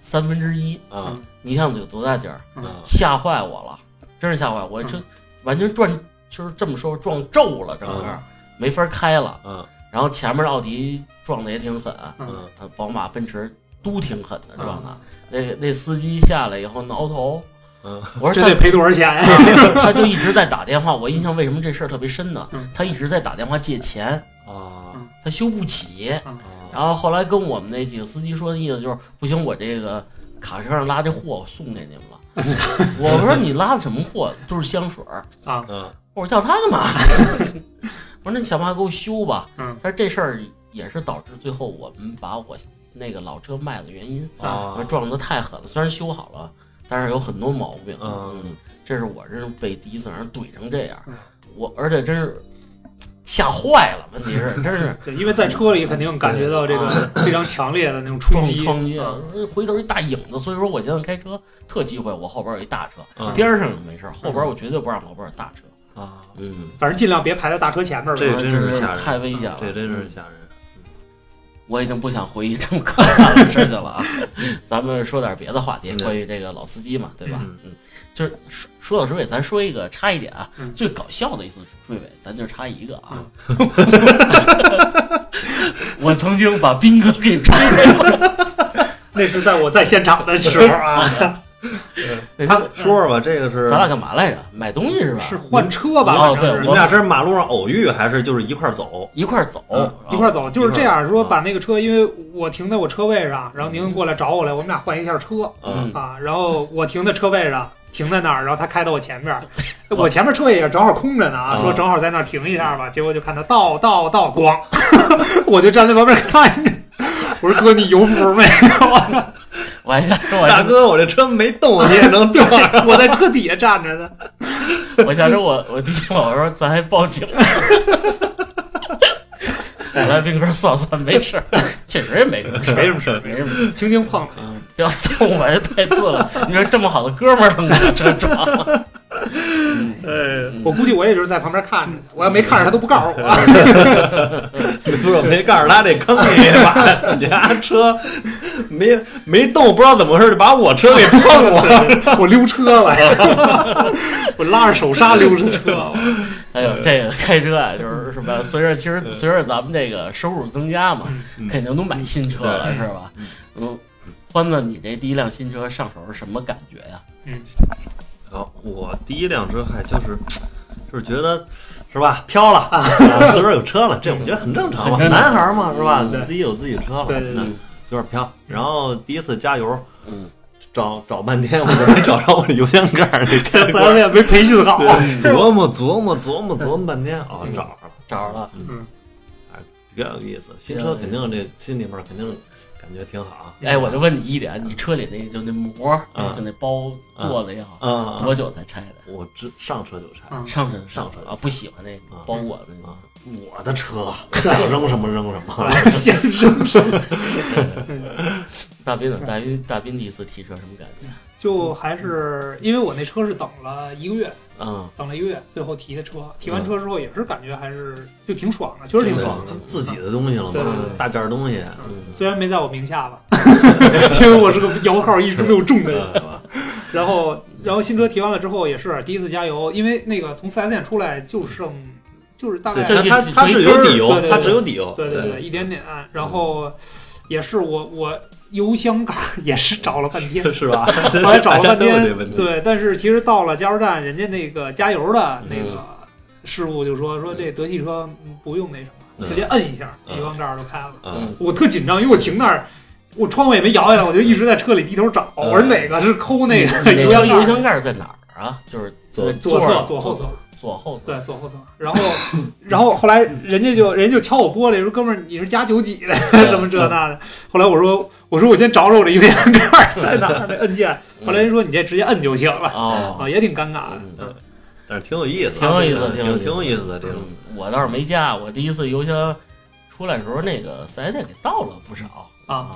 三分之一，
啊
你看我有多大劲儿，
嗯
啊！
吓坏我了，真是吓坏我，我这完全转就是这么说撞皱了，整个、
嗯
没法开了。
嗯
然后前面奥迪撞的也挺狠，
嗯
呃宝马、奔驰都挺狠的撞的。那那司机下来以后挠头，
嗯
我说
这
他
得赔多少钱啊 呀？
他就一直在打电话。我印象为什么这事儿特别深呢
嗯？
他一直在打电话借钱，
啊
他修不起。
啊
然后后来跟我们那几个司机说的意思就是，不行，我这个卡车上拉这货我送给你们了。 我说你拉的什么货？都是香水儿。
啊，
嗯
我说要它干嘛？ 我说那你想办法给我修吧。
嗯
但是这事儿也是导致最后我们把我那个老车卖的原因，
啊
撞得太狠了。虽然修好了，但是有很多毛病。
嗯
嗯，这是我是被第一次让人怼成这样
嗯，
我而且真是吓坏了。问题是真是
对，因为在车里肯定感觉到这个非常强烈的那种冲
撞
击。
撞啊击
啊，
回头一大影子。所以说我现在开车特忌讳，我后边有一大车，
嗯
边儿上就没事儿，后边我绝对不让后边有大车。
啊！
嗯，
反正尽量别排在大车前面吧。
这真是吓人嗯
太危险了，嗯
这真是吓人。
我已经不想回忆这么可怕的事情了啊！咱们说点别的话题，
嗯
关于这个老司机嘛，对吧
嗯？
嗯，就是说说到追尾，咱说一个插一点啊，
嗯
最搞笑的一次追尾，咱就插一个啊。 我曾经把斌哥给追尾过，
那是在我在现场的时候啊，
那
他
天
说说吧，这个是
咱俩干嘛来着？买东西 是吧？
是换车吧？
哦
反正
对
你
是
我
们俩是马路上偶遇，还是就是一块儿走？
一块儿走
嗯，
一块儿
哦儿哦
走，就是这样说，
啊
把那个车，因为我停
啊
在我车位上，然后您过来找我来，我们俩换一下车
嗯
啊，然后我停在车位上，停在那儿，然后他开到我前面，我前面车也正好空着呢啊，
啊
哦
说正好在那儿停一下吧，结果就看他倒倒倒，咣， 我就站在旁边看着， 我说哥你油门没有？
我还想说，我
大
还
哥，我这车没动，啊你也 能撞上。
我在车底下站着呢，
我想说我，我提醒我，我说咱还报警。我来斌哥算算，没事儿，确实也没什么事儿，
没什么事儿
没什么事儿。
轻轻碰了，
嗯，不要动我，这太次了。你说这么好的哥们儿能给我车撞？啊嗯
哎，
我估计我也就是在旁边看着，我要没看着他都不告诉我。
不是，我没告诉他这坑里，把你家车没没动，不知道怎么回事，就把我车 给碰了。
我溜车了，我拉着手刹溜着车。
哎呦，这个 开车啊， 就是什么？随着其实随着咱们这个收入增加嘛，
嗯
肯定都买新车了，
对
是吧？嗯，欢子，你这第一辆新车上手是什么感觉呀？
好，啊我第一辆车还就是就是觉得是吧，飘了，啊自个儿有车了，这我觉得很正常嘛，
很正常嗯
男孩嘛是吧
对，
自己有自己车了，
对对对
那有点飘。
嗯
然后第一次加油，
嗯，
找找半天，我都没找着我的油箱盖 儿，这
在
开
四 S
关。
店没培训好，
对琢磨琢磨琢磨琢磨半天，哦，找着了，
找着了，
嗯，
哎比较有意思。新车肯定这心里面肯定感觉挺好啊
哎，我就问你一点，你车里那就那膜，
嗯
就那包做的也好，
啊。
多久才拆的？
我这上车就拆，
嗯
上车
上车
啊，不喜欢那个
啊
包裹的那
啊
个。
我的车 想扔什么扔什
嗯
么。
先生嗯
大斌呢？大斌大斌第一次提车什么感 觉？
就还是因为我那车是等了一个月，
啊，
等了一个月，最后提的车。提完车之后也是感觉还是就挺爽的，确实
对
挺
对
爽的。
自己的东西了
对
对
嘛
对，
大件儿东西，
嗯
虽然没在我名下吧，因为我是个摇号一直没有中的人。
是吧？
然后，然后新车提完了之后也是第一次加油，因为那个从四 S 店出来就剩就是大概
对这
他
这
他他
这
是
一根
有
儿
对对
底油，
对
他只有底油，
对对对，一点点。然后也是我我油箱盖儿也是找了半天，
是吧？
后来找了半
大家都有这
天
问，题
对，但是其实到了加油站，人家那个加油的那个师傅就说说这德系车嗯不用那什么，
嗯
直接摁一下，
嗯
油箱盖儿就开了。
嗯，
我特紧张，因为我停那儿。我窗户也没摇下来，我就一直在车里低头找，
嗯
我说哪个是抠那个
你那
油
车嗯
箱
油
盖儿？
箱盖儿在哪儿啊？就是
左
左
侧
侧、左后侧，
左后
对，左后侧。然后，然后后来人家就人家就敲我玻璃说：“哥们儿，你是加九几的？ 什么这那的？”后来我说：“我说我先找找我这油箱盖儿在哪儿的按键。”
嗯
后来人说：“你这直接摁就行了。”
哦
啊，，也挺尴尬的。
嗯
嗯但是挺有意思，
挺有意思
挺
挺有意思
挺有意思的这种。
我倒是没加，我第一次油箱出来的时候，那个四 S 店给倒了不少
啊。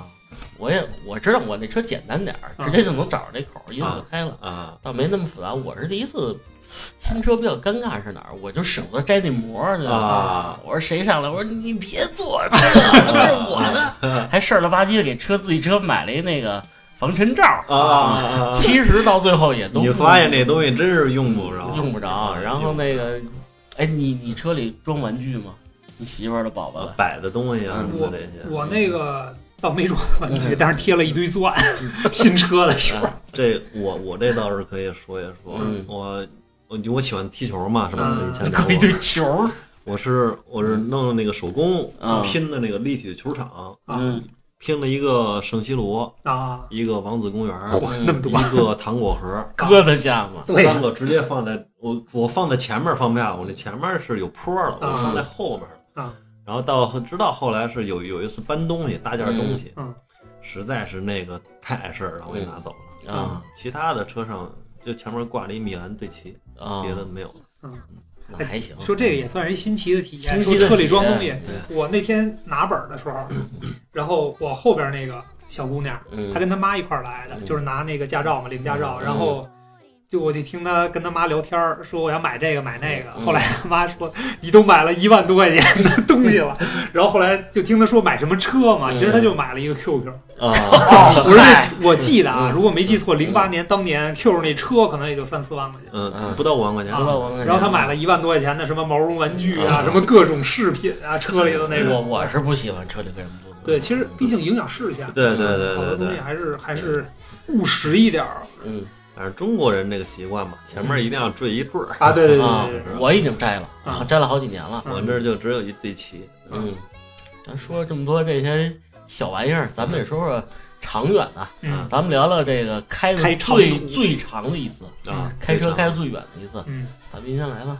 我也我知道我那车简单点儿，
啊
直接就能找着那口儿，一摁就开了，
啊，
倒没那么复杂。我是第一次新车比较尴尬是哪儿？我就舍不得摘那膜儿，你知道吗
啊？
我说谁上来？我说你别坐这个，这是我 的，还事儿了吧唧的给车自己车买了一那个防尘罩儿
啊啊啊啊
其实到最后也都
你
不
发现这东西真是用不着，
啊用不着。
嗯
然后那个，哎，你你车里装玩具吗？你媳妇儿的宝宝
呃
了？
摆的东西啊什么的这些，
我那个倒没装玩具，但是贴了一堆钻。新车的时候，
啊
这我我这倒是可以说一说
嗯，
我我我喜欢踢球嘛，是吧？
嗯
以前
搁一堆球
啊
儿，
我我是我是弄那个手工
嗯
拼的那个立体球场，
啊
嗯，
拼了一个圣西罗，
啊，
一个王子公园，
嚯，那么多，
一个糖果盒，
嗯搁得下吗？
对
三个直接放在我我放在前面放不下，我这前面是有坡了，我放在后面了。
啊
然后到直到后来是有有一次搬东西搭件东西，
嗯嗯嗯
实在是那个太碍事儿，然后给拿走了。
啊
其他的车上就前面挂了一米兰对齐，
啊，
别的没有了。
那还行。
说这个也算是一新奇的体验，
新
说
奇的
车里
体
装
验
东西。
对
我那天拿本儿的时候，然后我后边那个小姑娘，
嗯
她跟她妈一块儿来的，
嗯
就是拿那个驾照嘛，领驾照，
嗯
然后。就我就听她跟她妈聊天儿，说我要买这个买那个。
嗯
后来她妈说你都买了一万多块钱的东西 了，然后后来就听她说买什么车嘛，
嗯
其实她就买了一个 QQ。
啊，
哦，我说我记得啊，
嗯
如果没记错，零八年当年 Q 那车可能也就三四万块钱。
嗯，
嗯
不到五万块钱。
啊
不到我们。
然后他买了一万多块钱的什么毛绒玩具啊，
嗯
什么各种饰品啊，车里的
我
那种。
我是不喜欢车里为什么多。
对，其实毕竟影响视线，
对对对
嗯好
对
多东西啊
对，
还是还是务实一点儿啊
嗯
反正中国人这个习惯嘛，前
嗯
面一定要缀一对儿，
啊。对对
啊
对，
对
我已经摘了，
啊
摘了好几年了。
嗯
我那儿就只有一对齐。
嗯嗯，咱说了这么多这些小玩意儿，咱们也说说长远啊，
嗯
咱们聊聊这个开的
开长
最
途
最长的一次，
啊，
嗯开车开的最远的一次，
嗯，
咱们先来吧。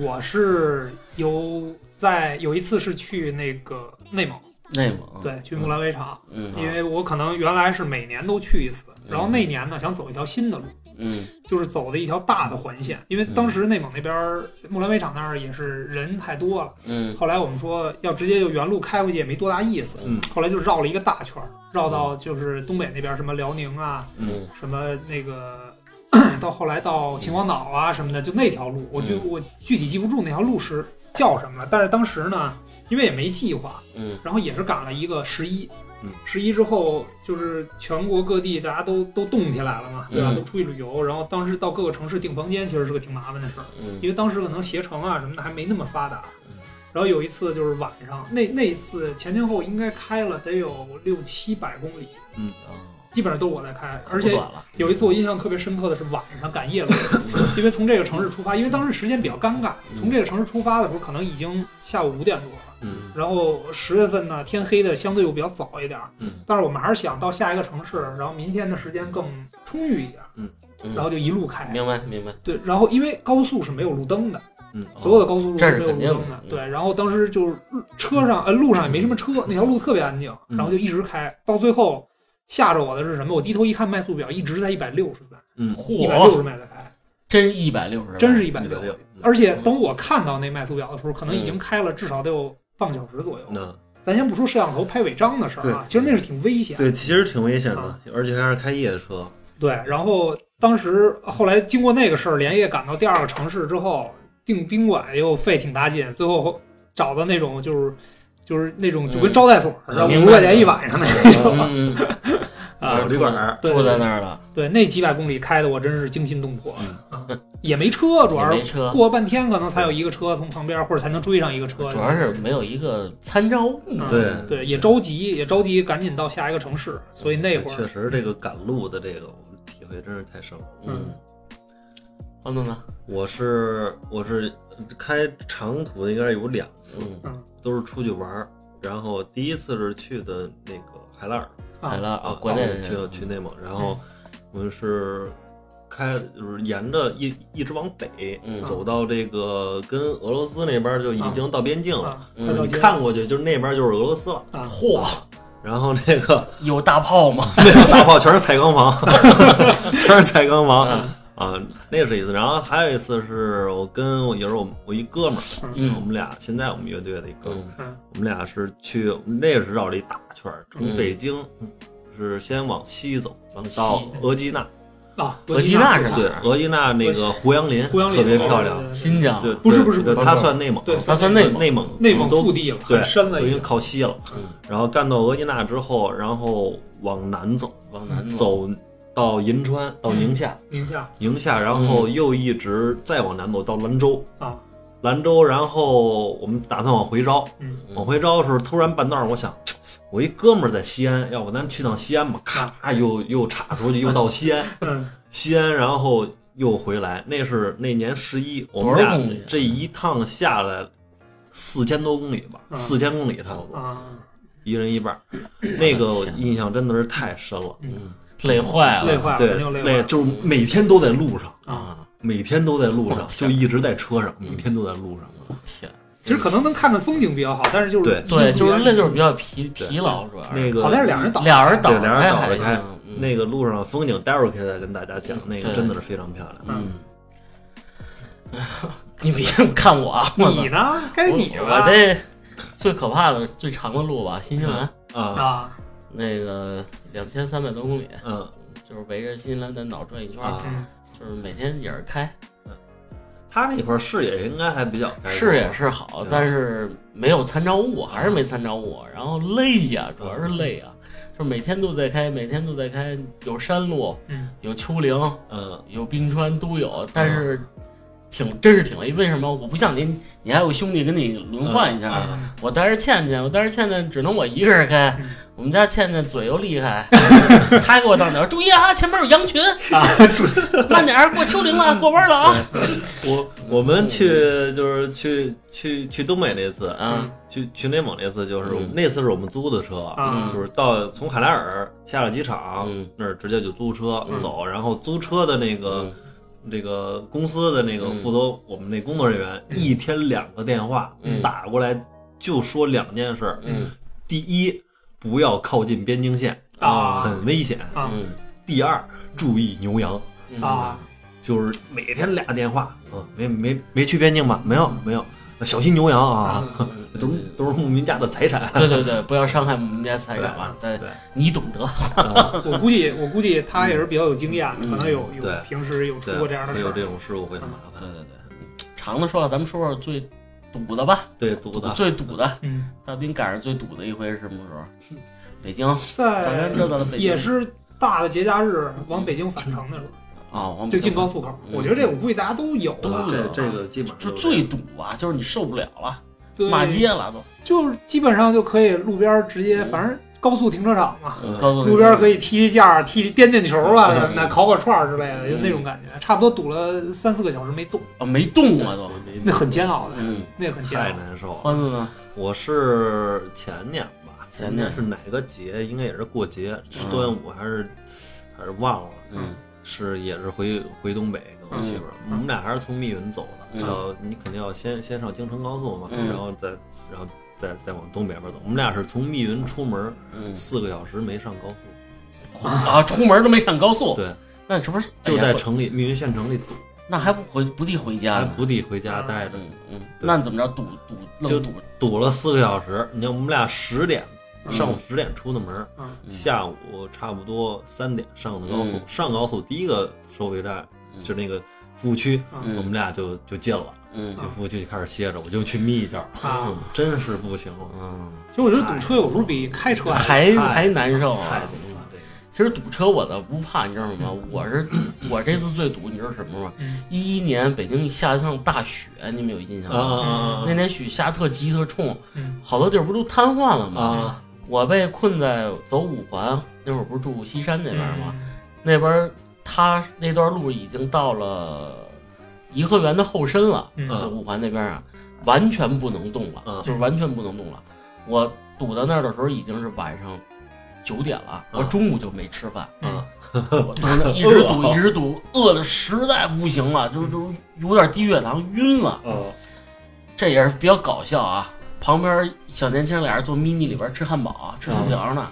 我是有在有一次是去那个内蒙，
内蒙，
对，去木兰围场，
嗯，
因为我可能原来是每年都去一次，然后
嗯
那年呢想走一条新的路，
嗯
就是走的一条大的环线，因为当时内蒙那边儿木兰围场那儿也是人太多了，
嗯
后来我们说要直接就原路开回去也没多大意思，
嗯
后来就绕了一个大圈儿，绕到就是东北那边儿什么辽宁啊，
嗯
什么 那个。到后来到秦皇岛啊什么的，就那条路，我就
嗯
我具体记不住那条路是叫什么了。但是当时呢，因为也没计划，
嗯
然后也是赶了一个十一，
嗯，
十一之后就是全国各地大家都都动起来了嘛，对吧？
嗯
都出去旅游，然后当时到各个城市订房间其实是个挺麻烦的事儿，
嗯
因为当时可能携程啊什么的还没那么发达
嗯。
然后有一次就是晚上，那那一次前前后应该开了得有六七百公里，
哦
基本上都是我在开，
可
而
不
且
短了，
有一次我印象特别深刻的是晚上赶 夜路，因为从这个城市出发，因为当时时间比较尴尬，从这个城市出发的时候可能已经下午五点多了。
嗯
然后十月份呢，天黑的相对又比较早一点儿，
嗯
但是我们还是想到下一个城市，然后明天的时间更充裕一点儿，
嗯
然后就一路开。
明白明白，
对，然后因为高速是没有路灯的，
嗯，
哦
所有的高速路
这
都
是
没有
肯定的
路灯的
嗯。
对，然后当时就是车上呃路上也没什么车，那条路特别安静，
嗯
然后就一直开，到最后吓着我的是什么？我低头一看迈速表，一直在一百六十迈，
嗯，
一百六
嚯，
十迈在开，
真一百六十，
真是一
一
百
百
六。
六，
而且等我看到那迈速表的时候，可能已
嗯
经开了至少得有半个小时左右。
那
咱先不说摄像头拍违章的事儿啊，其实那是挺危险的。
对，其实挺危险的
啊，
而且还是开夜的 车，
对，然后当时后来经过那个事儿，连夜赶到第二个城市之后，订宾馆又费挺大劲，最后找的那种就是就是那种就跟招待所似的，
嗯
五块钱一晚上那种。
嗯，嗯
啊
小旅馆儿，
对
住在那儿了，
对，那几百公里开的我真是惊心动魄啊！也没车，主
嗯也
要
没
是
车，
过半天可能才有一个车从旁边，或者才能追上一个车。
主要是没有一个参照物，
嗯
对
对，也着急，也着急，赶紧到下一个城市。所以那会
哎确
儿
实这个赶路的这个，我们体会真是太深了。
嗯，欢总呢？
我是我是开长途的，应该有两次，
嗯，
都是出去玩儿。然后第一次是去的那个海拉尔
来了啊，国内
对
的嗯
去去内蒙，然后我们是开就是沿着一一直往北
嗯
走到这个跟俄罗斯那边就已经到边境了，
啊，
嗯
快到
你
街
看过去就是那边就是俄罗斯了。
啊，
嚯，
然后那个
有大炮吗？
那个大炮全是彩钢房， 全是彩钢房。
嗯
啊
啊，那是一次，然后还有一次是我跟我也是我们我一哥们儿，我
嗯
们俩现在我们乐队的一哥们儿，
嗯
我们俩是去那是绕了一大圈儿，
嗯
从北京、是先往西走
往西
到额济纳，
啊，
额济纳是哪
对
儿，
额济纳那个胡杨林
胡杨林哦啊
特别漂亮，，
新疆，
对，
不是不是
对
不是
它算内蒙，
对
它算内
内
蒙
内蒙
内蒙
都
腹地了，
对
很深了
都已
已
经
经。
靠西了，
嗯
然后干到额济纳之后，然后往南走，
往南，
走到银川，到宁夏，
嗯
宁夏
宁夏，然后又一直再往南走到兰州。
啊，
兰州，然后我们打算往回招，
嗯
嗯
往回招的时候，突然半道儿我想，我一哥们儿在西安，要不咱去趟西安吧？
啊
咔，又又岔出去，又到 西安，
嗯
西安，然后又回来。那是那年十一，我们
多少
俩
公里啊
这一趟下来四千多公里吧，
啊
嗯
四千公里差不多，
啊，
一人一半儿。那个我印象真的是太深了，
嗯，累坏
累
了
坏了，肯
对
定，累
那
坏
就是每天都在路上，
了啊。
啊！
每天都在路
我
上，就
天
一直在车上，
嗯
每天都在路上。
天，
其实可能能看看风景比较好，但是啊就是
对
对，就是累，就是比
较
较疲
对
疲劳，主要是
那个
啊好在是两人倒，
俩人倒
对俩人倒
还
着开
行，嗯
那个路上的风景，待会儿可以再跟大家讲，那个
对
真的是非常漂亮。
嗯， 你别看我啊，我
你呢？该你
我
了
我这最可怕的、最长的路吧，新西兰、
啊，
啊，
那个两千三百多公里，
嗯，
就是围着新西兰南岛转一圈儿，
啊
嗯
就是每天也是开，
他那块儿视野应该还比较开阔
视野是好
对，
但是没有参照物，还是没参照物，然后累呀、主要是
嗯
累呀、就是每天都在开，每天都在开，有山路，
嗯
有丘陵，
嗯
有冰川都有，但是挺真是挺累。为什么？我不像您，你还有兄弟跟你轮换一下。啊
嗯
我带着倩倩，我带着倩倩只能我一个人开
嗯。
我们家倩倩嘴又厉害， 她给我当点注意啊，前面有羊群，
啊，
慢点儿过丘陵了，过弯了啊。
我我们去就是去去去东北那次，
啊，
去去内蒙那次，就是
嗯
那次是我们租的车，
啊
就是到从海拉尔下了机场
嗯
那儿直接就租车
嗯
走，然后租车的那个
嗯
这个公司的那个
嗯
负责我们那工作人员
嗯
一天两个电话
嗯
打过来，就说两件事儿，
嗯
第一，不要靠近边境线，
啊
很危险；
啊
嗯
第二，注意牛羊。
嗯
啊，
就是每天俩电话，嗯，没没没去边境吧？没有没有，小心牛羊啊，
嗯
都是都是牧民家的财产。
对对对，不要伤害我们家财产啊！对，
对
你懂得。
啊
我估计我估计他也是比较有经验，
嗯
可能有有
对
平时有出
对，
过这样的
会
事
有
儿。
这种事故会很麻
对
烦。
对对，长的说啊了，咱们说说最堵的吧，
对，堵的
最堵的。
嗯，
大兵赶上最堵的一回是什么时候
嗯？
北京，咱
在
们这到了北京
也是大的节假日往北京返程的时候，
啊，我们
就进高速口。
嗯
我觉得这我估计大家都有
都
吧
有，
这这个基本上
就
都是
最堵啊，就是你受不了了，
对
骂街了都。
就是基本上就可以路边儿直接，
嗯
反正高速停车场嘛，
嗯
高速
路边儿可以踢踢毽、踢边毽球啊
嗯
什么的，烤烤串儿之类的，就
嗯
那种感觉。差不多堵了三四个小时没动，
啊，没动啊都。
那很煎熬的，
嗯，
那很煎
太
熬。
难受了。
欢子呢？
我是前年吧，
前
应该
年
是哪个节？应该也是过节，是端午还是还是忘了。
嗯
是也是回回东北跟我媳妇儿，
嗯
我们俩还是从密云走的。
嗯
然后你肯定要先先上京承高速嘛，
嗯
然后再然后再再往东北边走。我们俩是从密云出门
嗯，
四个小时没上高速，
啊，出门都没上高速，
对，
那哦哎这不哎是
就
哎
在
呀
城里密云县城里堵，
那还不回不地回家
还
呢？
不地回家待着，
嗯嗯，
对
那你怎么着堵堵
就
愣堵？
堵了四个小时。你看我们俩十点
嗯
上午十点出的门，
嗯
嗯
下午差不多三点上的高速，
嗯
上高速第一个收费站
嗯
是那个服务区，
嗯
我们俩就就进了。
嗯
进服务区就开始歇着，我就去眯一觉儿，嗯
啊，
真是不行了，
嗯，
其实我觉得堵车有时候比开车还
还还难受啊
太。懂了。这个
其实堵车我倒不怕，你知道吗？我是我这次最堵，你知道什么吗
嗯？
一一年北京下一趟大雪，你们有印象吗？
啊
那年雪下特急特冲
嗯，
好多地儿不都瘫痪了
啊
吗？
啊！
我被困在走五环那会儿，不是住西山那边吗？
嗯
那边他那段路已经到了颐和园的后身了，
嗯
就五环那边啊，完全不能动了，
嗯
就是完全不能动了。我堵到那儿的时候已经是晚上九点了，我
嗯
中午就没吃饭。
嗯
我堵那一直堵一直堵，饿的实在不行了，就就有点低血糖，晕了。
哦
这也是比较搞笑啊。旁边小年轻俩人坐 mini 里边吃汉堡啊、吃薯条呢，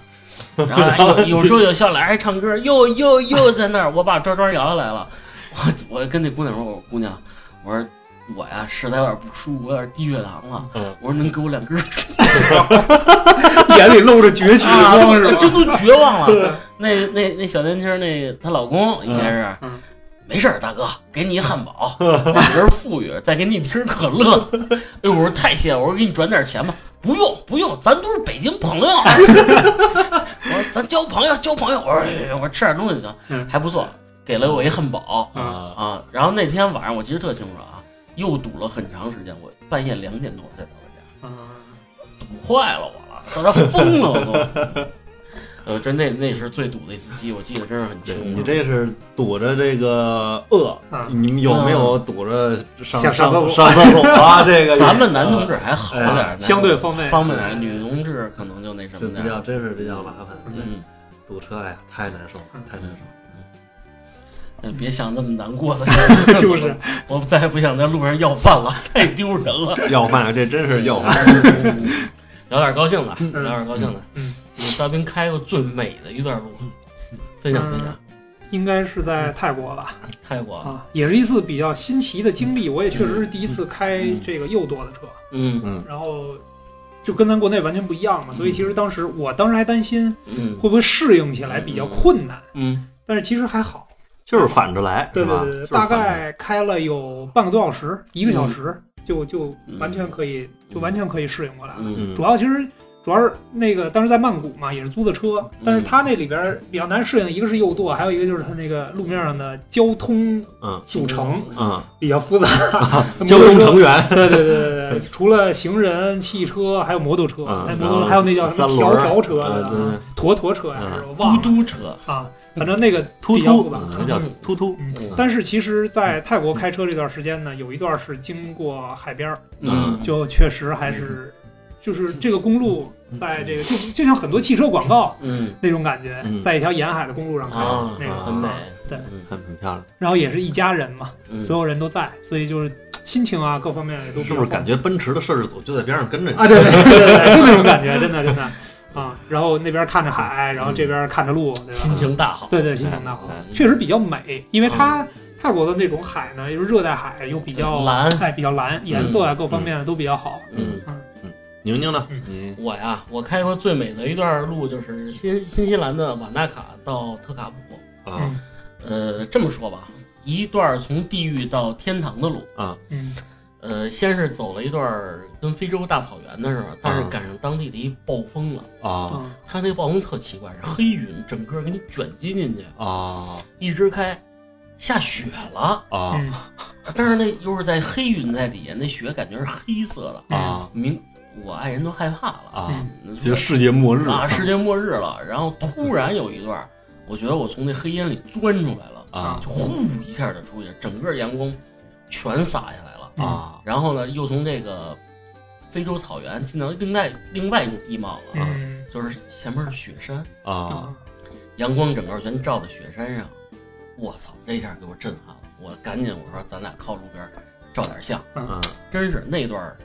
然后哎有有说有笑，俩人还唱歌，又又又在那儿。我把抓抓摇来了，我我跟那姑娘说，我说姑娘，我说我呀实在有点不舒服，我有点低血糖了。
嗯，
我说能给我两根儿
眼里露着攫取
啊，我真都绝望了。那那那小年轻儿那她老公应该是，
嗯嗯
没事儿，大哥，给你一汉堡，里边富裕，再给你一瓶可乐。哎呦，我说太谢了，我说给你转点钱吧。不用不用，咱都是北京朋友。啊 我说咱交朋友交朋友。我说、哎、我吃点东西就行，
嗯
还不错，给了我一汉堡
啊！
啊。然后那天晚上我其实特清楚啊，又堵了很长时间，我半夜两点多才到家。
嗯
堵坏了我了，到这疯了我都。 呃，真那那是最堵的一次机，我记得真是很
对
清楚。
你这是堵着这个饿，
嗯
你们有没有堵着上
想上
上
厕所
上厕所啊？这个
咱们男同志还好点儿，男
相对方便
方便点儿，女同志可能就那什
这
么
比
点
较
儿。
真是比较麻烦，
嗯，
堵车呀，太难受了，
嗯
太难受了。
呃别想那么难过的事儿，
就是
我再也不想在路上要饭了，太丢人了。
要饭，啊这真是要饭。
嗯聊点高兴的，聊点高兴的。
嗯，
你大兵开过最美的一段路，分享分享。
应该是在
嗯
泰国吧，
泰国，
啊，也是一次比较新奇的经历。我也确实是第一次开这个右舵的车，
嗯
嗯
然后就跟咱国内完全不一样嘛，所以其实当时我当时还担心
嗯
会不会适应起来比较困难，
嗯
但是其实还好。
就是反着来，
对
是
对
吧
对，
就
对
是
大
反着来
概开了有半个多小时，一个小时，就就完全可以，就完全可以适应过来了。
嗯
嗯
主要其实主要是那个当时在曼谷嘛，也是租的车，但是它那里边比较难适应，一个是右舵，还有一个就是它那个路面上的交通
嗯
组成
啊
嗯，
比较复杂， 嗯
交通成员，
对对对对对，除了行人、汽车，还有摩托车，
嗯
还有
然
摩
后
托车，还有那叫什么
三轮
条
儿
条车
呃
的
对对
啊，坨坨车呀，
嗯
还是我
嘟
忘了
嘟车，
啊，反正那个
突
比较复
突，
杂
嗯那叫突突，
嗯
但是其实，在
嗯
泰国开车这段时间呢，有一段是经过海边儿，
嗯
就确实还是，就是这个公路
嗯
在这个就就像很多汽车广告
嗯，
那种感觉
嗯，
在一条沿海的公路上开
啊
嗯那个
很美，
对
嗯
很很漂亮，
然后也是一家人嘛，
嗯
所有人都在，所以就是心情啊各方面也都比
是
较
不是
放
感觉奔驰的摄制组就在边上跟着 你？
啊，对对对对对，就那种感觉，真的真的啊。然后那边看着海，然后这边看着路，对
心
吧？
情大好，
对对，心情大好
嗯，
确实比较美，因为它泰国的那种海呢，又是热带海，又比较
蓝
哎，比较蓝，颜色啊各方面都比较好。
嗯。
宁宁呢
嗯？
你
我呀，我开过最美的一段路就是新新西兰的瓦纳卡到特卡普。
啊
呃，这么说吧，一段从地狱到天堂的路。
啊
嗯，
呃，先是走了一段跟非洲大草原的时候，但是赶上当地的一暴风了。
啊
嗯
它那暴风特奇怪，是黑云整个给你卷积进
嗯
去，
啊
一直开，下雪了。
啊
嗯
但是那又是在黑云在底下，那雪感觉是黑色的，
嗯
啊
明我爱人都害怕了
啊！
嗯
觉得世界末日
啊，世界末日了。然后突然有一段，我觉得我从那黑烟里钻出来了，
啊
就呼一下就出去，整个阳光全洒下来了。
嗯
啊
然后呢，又从这个非洲草原进到另外另外一种地貌了，啊
嗯
就是前面是雪山，
啊！
阳光整个全照在雪山上。我操，这下给我震撼了！我赶紧我说咱俩靠路边照点相，
嗯
真是那段儿，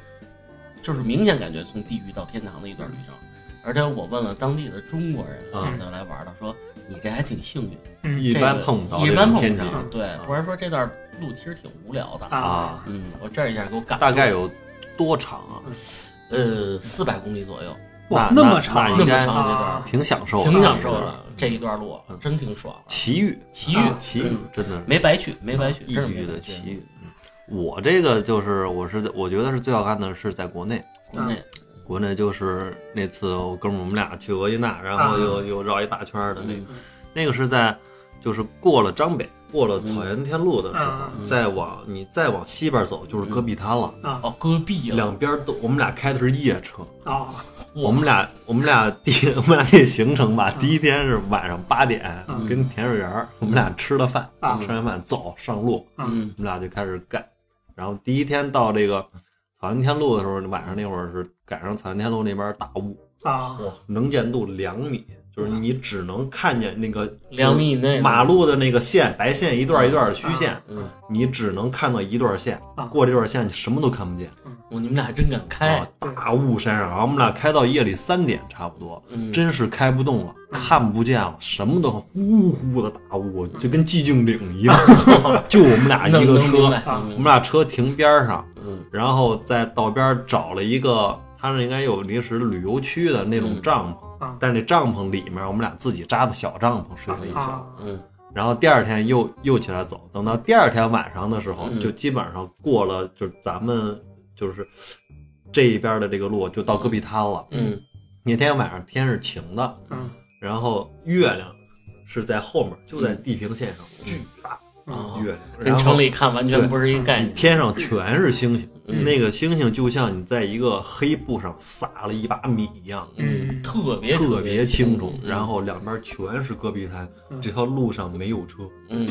就是明显感觉从地狱到天堂的一段旅程。而且我问了当地的中国人，
嗯
就来玩的，说你这还挺幸运，
嗯
一般
这个
碰不着
一
这
般
种
碰
天
不
气
着，对，不然说这段路其实挺无聊的。
啊
啊，
嗯，我这一下给我感动
大概有多长啊？
呃四百公里左右，
哇，
那
么
那
长
应
那么
该
长这段
啊
儿，
挺享受的，
挺享受的
嗯
这一段路
嗯，
真挺爽的。
奇遇，
奇
啊
遇，
奇遇
嗯，
真的是
没白去，没白去，
异
真是
域
没白
的
去
奇遇。嗯我这个就是，我是在我觉得是最好看的是在国内，
国内
国内就是那次我哥们儿我们俩去额济纳，然后
啊
又又绕一大圈儿的
嗯
那个，那个是在就是过了张北，过了草原天路的时候，
嗯
再往你再往西边走就是戈壁滩了，
哦，戈壁了，
两边都我们俩开的是夜车，
啊
我们俩我们俩第 我们俩那行程吧，
嗯
第一天是晚上八点
嗯
跟田水园儿我们俩吃了饭，
啊
吃完饭走上路，
嗯
我们俩就开始干。然后第一天到这个草原天路的时候，晚上那会儿是赶上草原天路那边大雾，
啊
能见度两米，就是
嗯
你只能看见那个
两米以内的
马，路的那个线，白线一段一段的虚线，
嗯，
你只能看到一段线
啊，哎
过这段线你什么都看不见。
我你们俩还真敢开
啊，，大雾山上，然后我们俩开到夜里三点差不多，
嗯，
真是开不动了，看不见了，什么都呼呼的大雾，就跟寂静岭一样， 就我们俩一个
嗯能明
车，
白
啊
能
我
明
们
白
俩车停边上，
嗯
然后在道边找了一个，它是应该有临时旅游区的那种
嗯
帐
嗯
篷
啊，
但是那帐篷里面我们俩自己扎的小帐篷睡了一宿，
啊
嗯
然后第二天又又起来走，等到第二天晚上的时候，
嗯
就基本上过了，就是咱们就是这一边的这个路就到戈壁滩了。
嗯
那天晚上天是晴的，
嗯
然后月亮是在后面，就在地平线上，
嗯
巨大
啊，
月亮，然
跟
后
城里看完全不是一概念，
天上全是星星，
嗯
那个星星就像你在一个黑布上撒了一把米一样，
嗯，特别
特别清楚。
嗯
然后两边全是戈壁滩，
嗯
这条路上没有车，
嗯，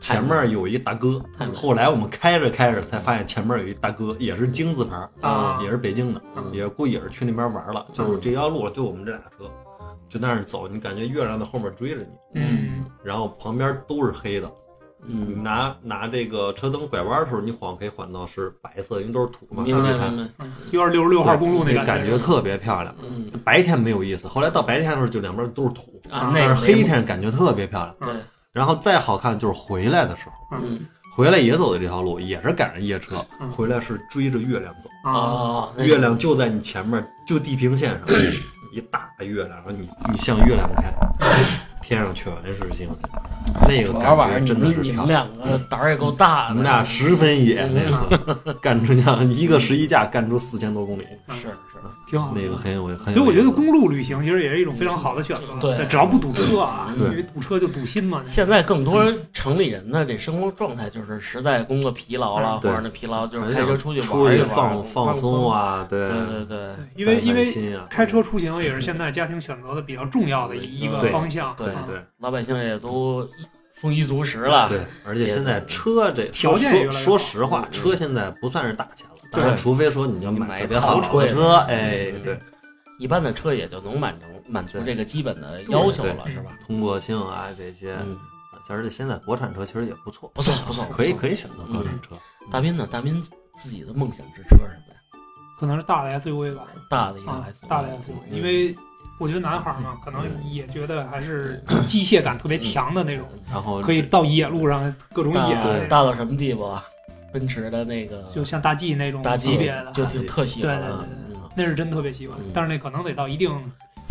前面有一大哥
太美，了
后来我们开着开着才发现前面有一大哥，也是金字牌，
啊
也是北京的，
嗯
也估计也是去那边玩了。就是这条路就我们这俩车，就在那儿走，你感觉月亮在后面追着你，
嗯
然后旁边都是黑的，你
嗯，
拿拿这个车灯拐弯的时候，你晃可以晃到是白色，因为都是土嘛，
明白
对吧
明白，
有点六十六号公路
对
那
那感
觉
特别漂亮。
嗯
白天没有意思，后来到白天的时候就两边都是土，
啊，那
但是
个
黑天啊感觉特别漂亮。
对，
然后再好看就是回来的时候，
嗯
回来也走的这条路，也是赶上夜车，
嗯
回来是追着月亮走，
啊
哦，那
月亮就在你前面，就地平线上，一大月亮，然后你你向月亮看，天上全是星星，那个
主要玩意儿，
感
你
觉真的
们
是
你
漂
们
亮。
两个胆儿也够大的，
我们俩十分野
嗯
那次，干出像一个十一架干出四千多公里，
嗯是是，
挺好的。
那个很有哎很有意思。
所以我觉得公路旅行其实也是一种非常好的选择，
对
只要不堵车啊，
对
因为堵车就堵心嘛。
现在更多城里人的这生活状态就是实在工作疲劳了，
嗯
或
对
者那疲劳就是
而且
开车出去
出
玩一
去
玩，
放放松啊，对
对对对
因为
散散
因为
心啊
开车出行也是现在家庭选择的比较重要的一一个
对
方向，
对
嗯
对，
老百姓也都丰衣足食了。
对，而且现在车这
条件也越
说
来越
说
好
实话，车现在不算是大钱了，
对
但是除非说你要
买
买特
个
别
豪
好
车
的车，哎，对，
一般的车也就能满足满足
对
这个基本的要求了，
对
是吧？
通过性啊这些，
嗯，
而且现在国产车其实也不错，
不错不错，
可以
不错嗯
可以选择国产车，
大斌呢？大斌自己的梦想之车是什么呀？
可能是大的 SUV 吧，
大的一个嗯
啊
SUV，，
大的 SUV，因为我觉得男孩儿嘛，可能也觉得还是机械感特别强的那种，
然后
可以到野路上各种野
大
对
的，
大到什么地步啊？奔驰的那个
就像大 G 那种
大 G
级别的，啊
就挺特喜欢的，
对
嗯
那是真特别喜欢
嗯。
但是那可能得到一定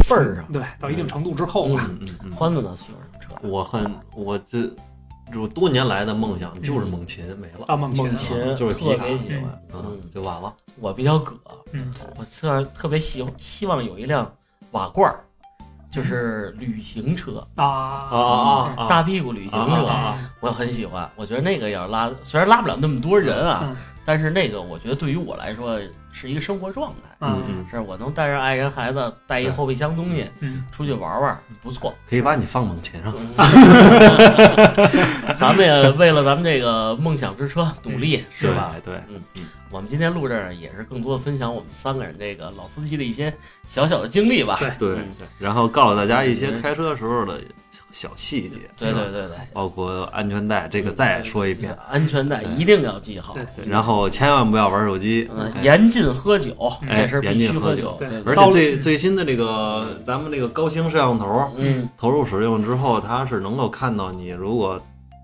份儿上。
对到一定程度之后吧，
嗯嗯嗯，
欢子呢喜欢什么车？
嗯
我很我这我多年来的梦想就是猛禽没了，
到梦
梦
前
琴
就是皮
特
卡
别喜欢，
嗯
嗯，，
就完了，
我比较葛，
嗯，
我虽然特别希希望有一辆瓦罐儿，就是旅行车，
啊
啊啊啊啊，
大屁股旅行
啊啊
车，
嗯
啊
我很喜欢。我觉得那个要拉，虽然拉不了那么多人啊
嗯，
但是那个我觉得对于我来说是一个生活状态，
啊
嗯嗯，
是我能带上爱人孩子，带一后备箱东西
嗯，
出去玩玩，不错。
可以把你放猛禽
嗯
上，
咱们也为了咱们这个梦想之车努力，是吧？
对？对，
我们今天录这儿也是更多的分享我们三个人这个老司机的一些小小的经历吧。
对
对
嗯
然后告诉大家一些开车时候的小细节，
对对对对，
包括安全带，这个再说一遍。
安全带一定要系好
对。
对然后千万不要玩手机，
嗯，
哎
严禁喝酒，
哎
这是必须酒。
严禁喝酒
对
而且最最新的这个咱们这个高清摄像头
嗯，
投入使用之后，它是能够看到你如果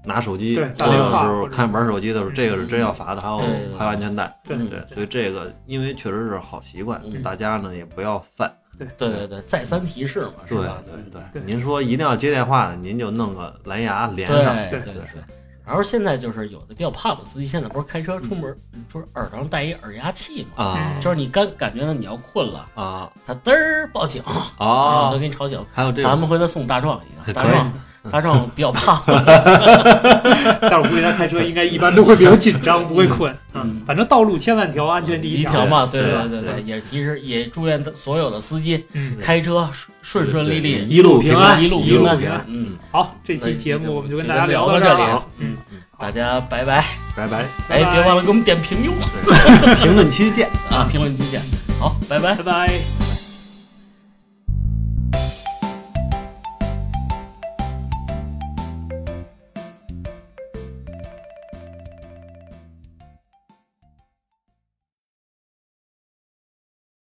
拿手机
对
或
打
者
电话
时
或
候
者嗯
看玩手机的时候，这个是真要罚的，还有
对对对
还有安全带。
对
嗯
对，所以这个因为确实是好习惯
嗯，
大家呢也不要犯。
对对对，再三提示嘛，是
对
吧？嗯
对
对对，您说一定要接电话呢，您就弄个蓝牙连上。啊
对对对。然后现在就是有的比较怕的司机，现在不是开车出门，就是耳朵上戴一耳压器嘛，
嗯
啊
就是你感感觉到你要困了，
啊
它嘚儿报警，然后
哦
就，给你吵醒。
还有这
咱们
种
回头送大壮一个，大
可以
壮，大壮比较胖，
但是我估计他开车应该一般都会比较紧张，不会困。
嗯
嗯，反正道路千万条，安全第
一
条
条。嘛，对
对
对
吧
对对，也提示也祝愿所有的司机
嗯，
开车顺顺顺利利，
一路平安，
一路
一路
安
平安。
嗯，
好，这
那
期节目我们就跟
这
大家
就聊
到
到
这儿
哎这里
了。嗯，
大家拜拜。
拜拜，
哎，
拜
别忘了给我们点评哟
评论区见。
啊，评论区见。好，拜拜。
拜拜。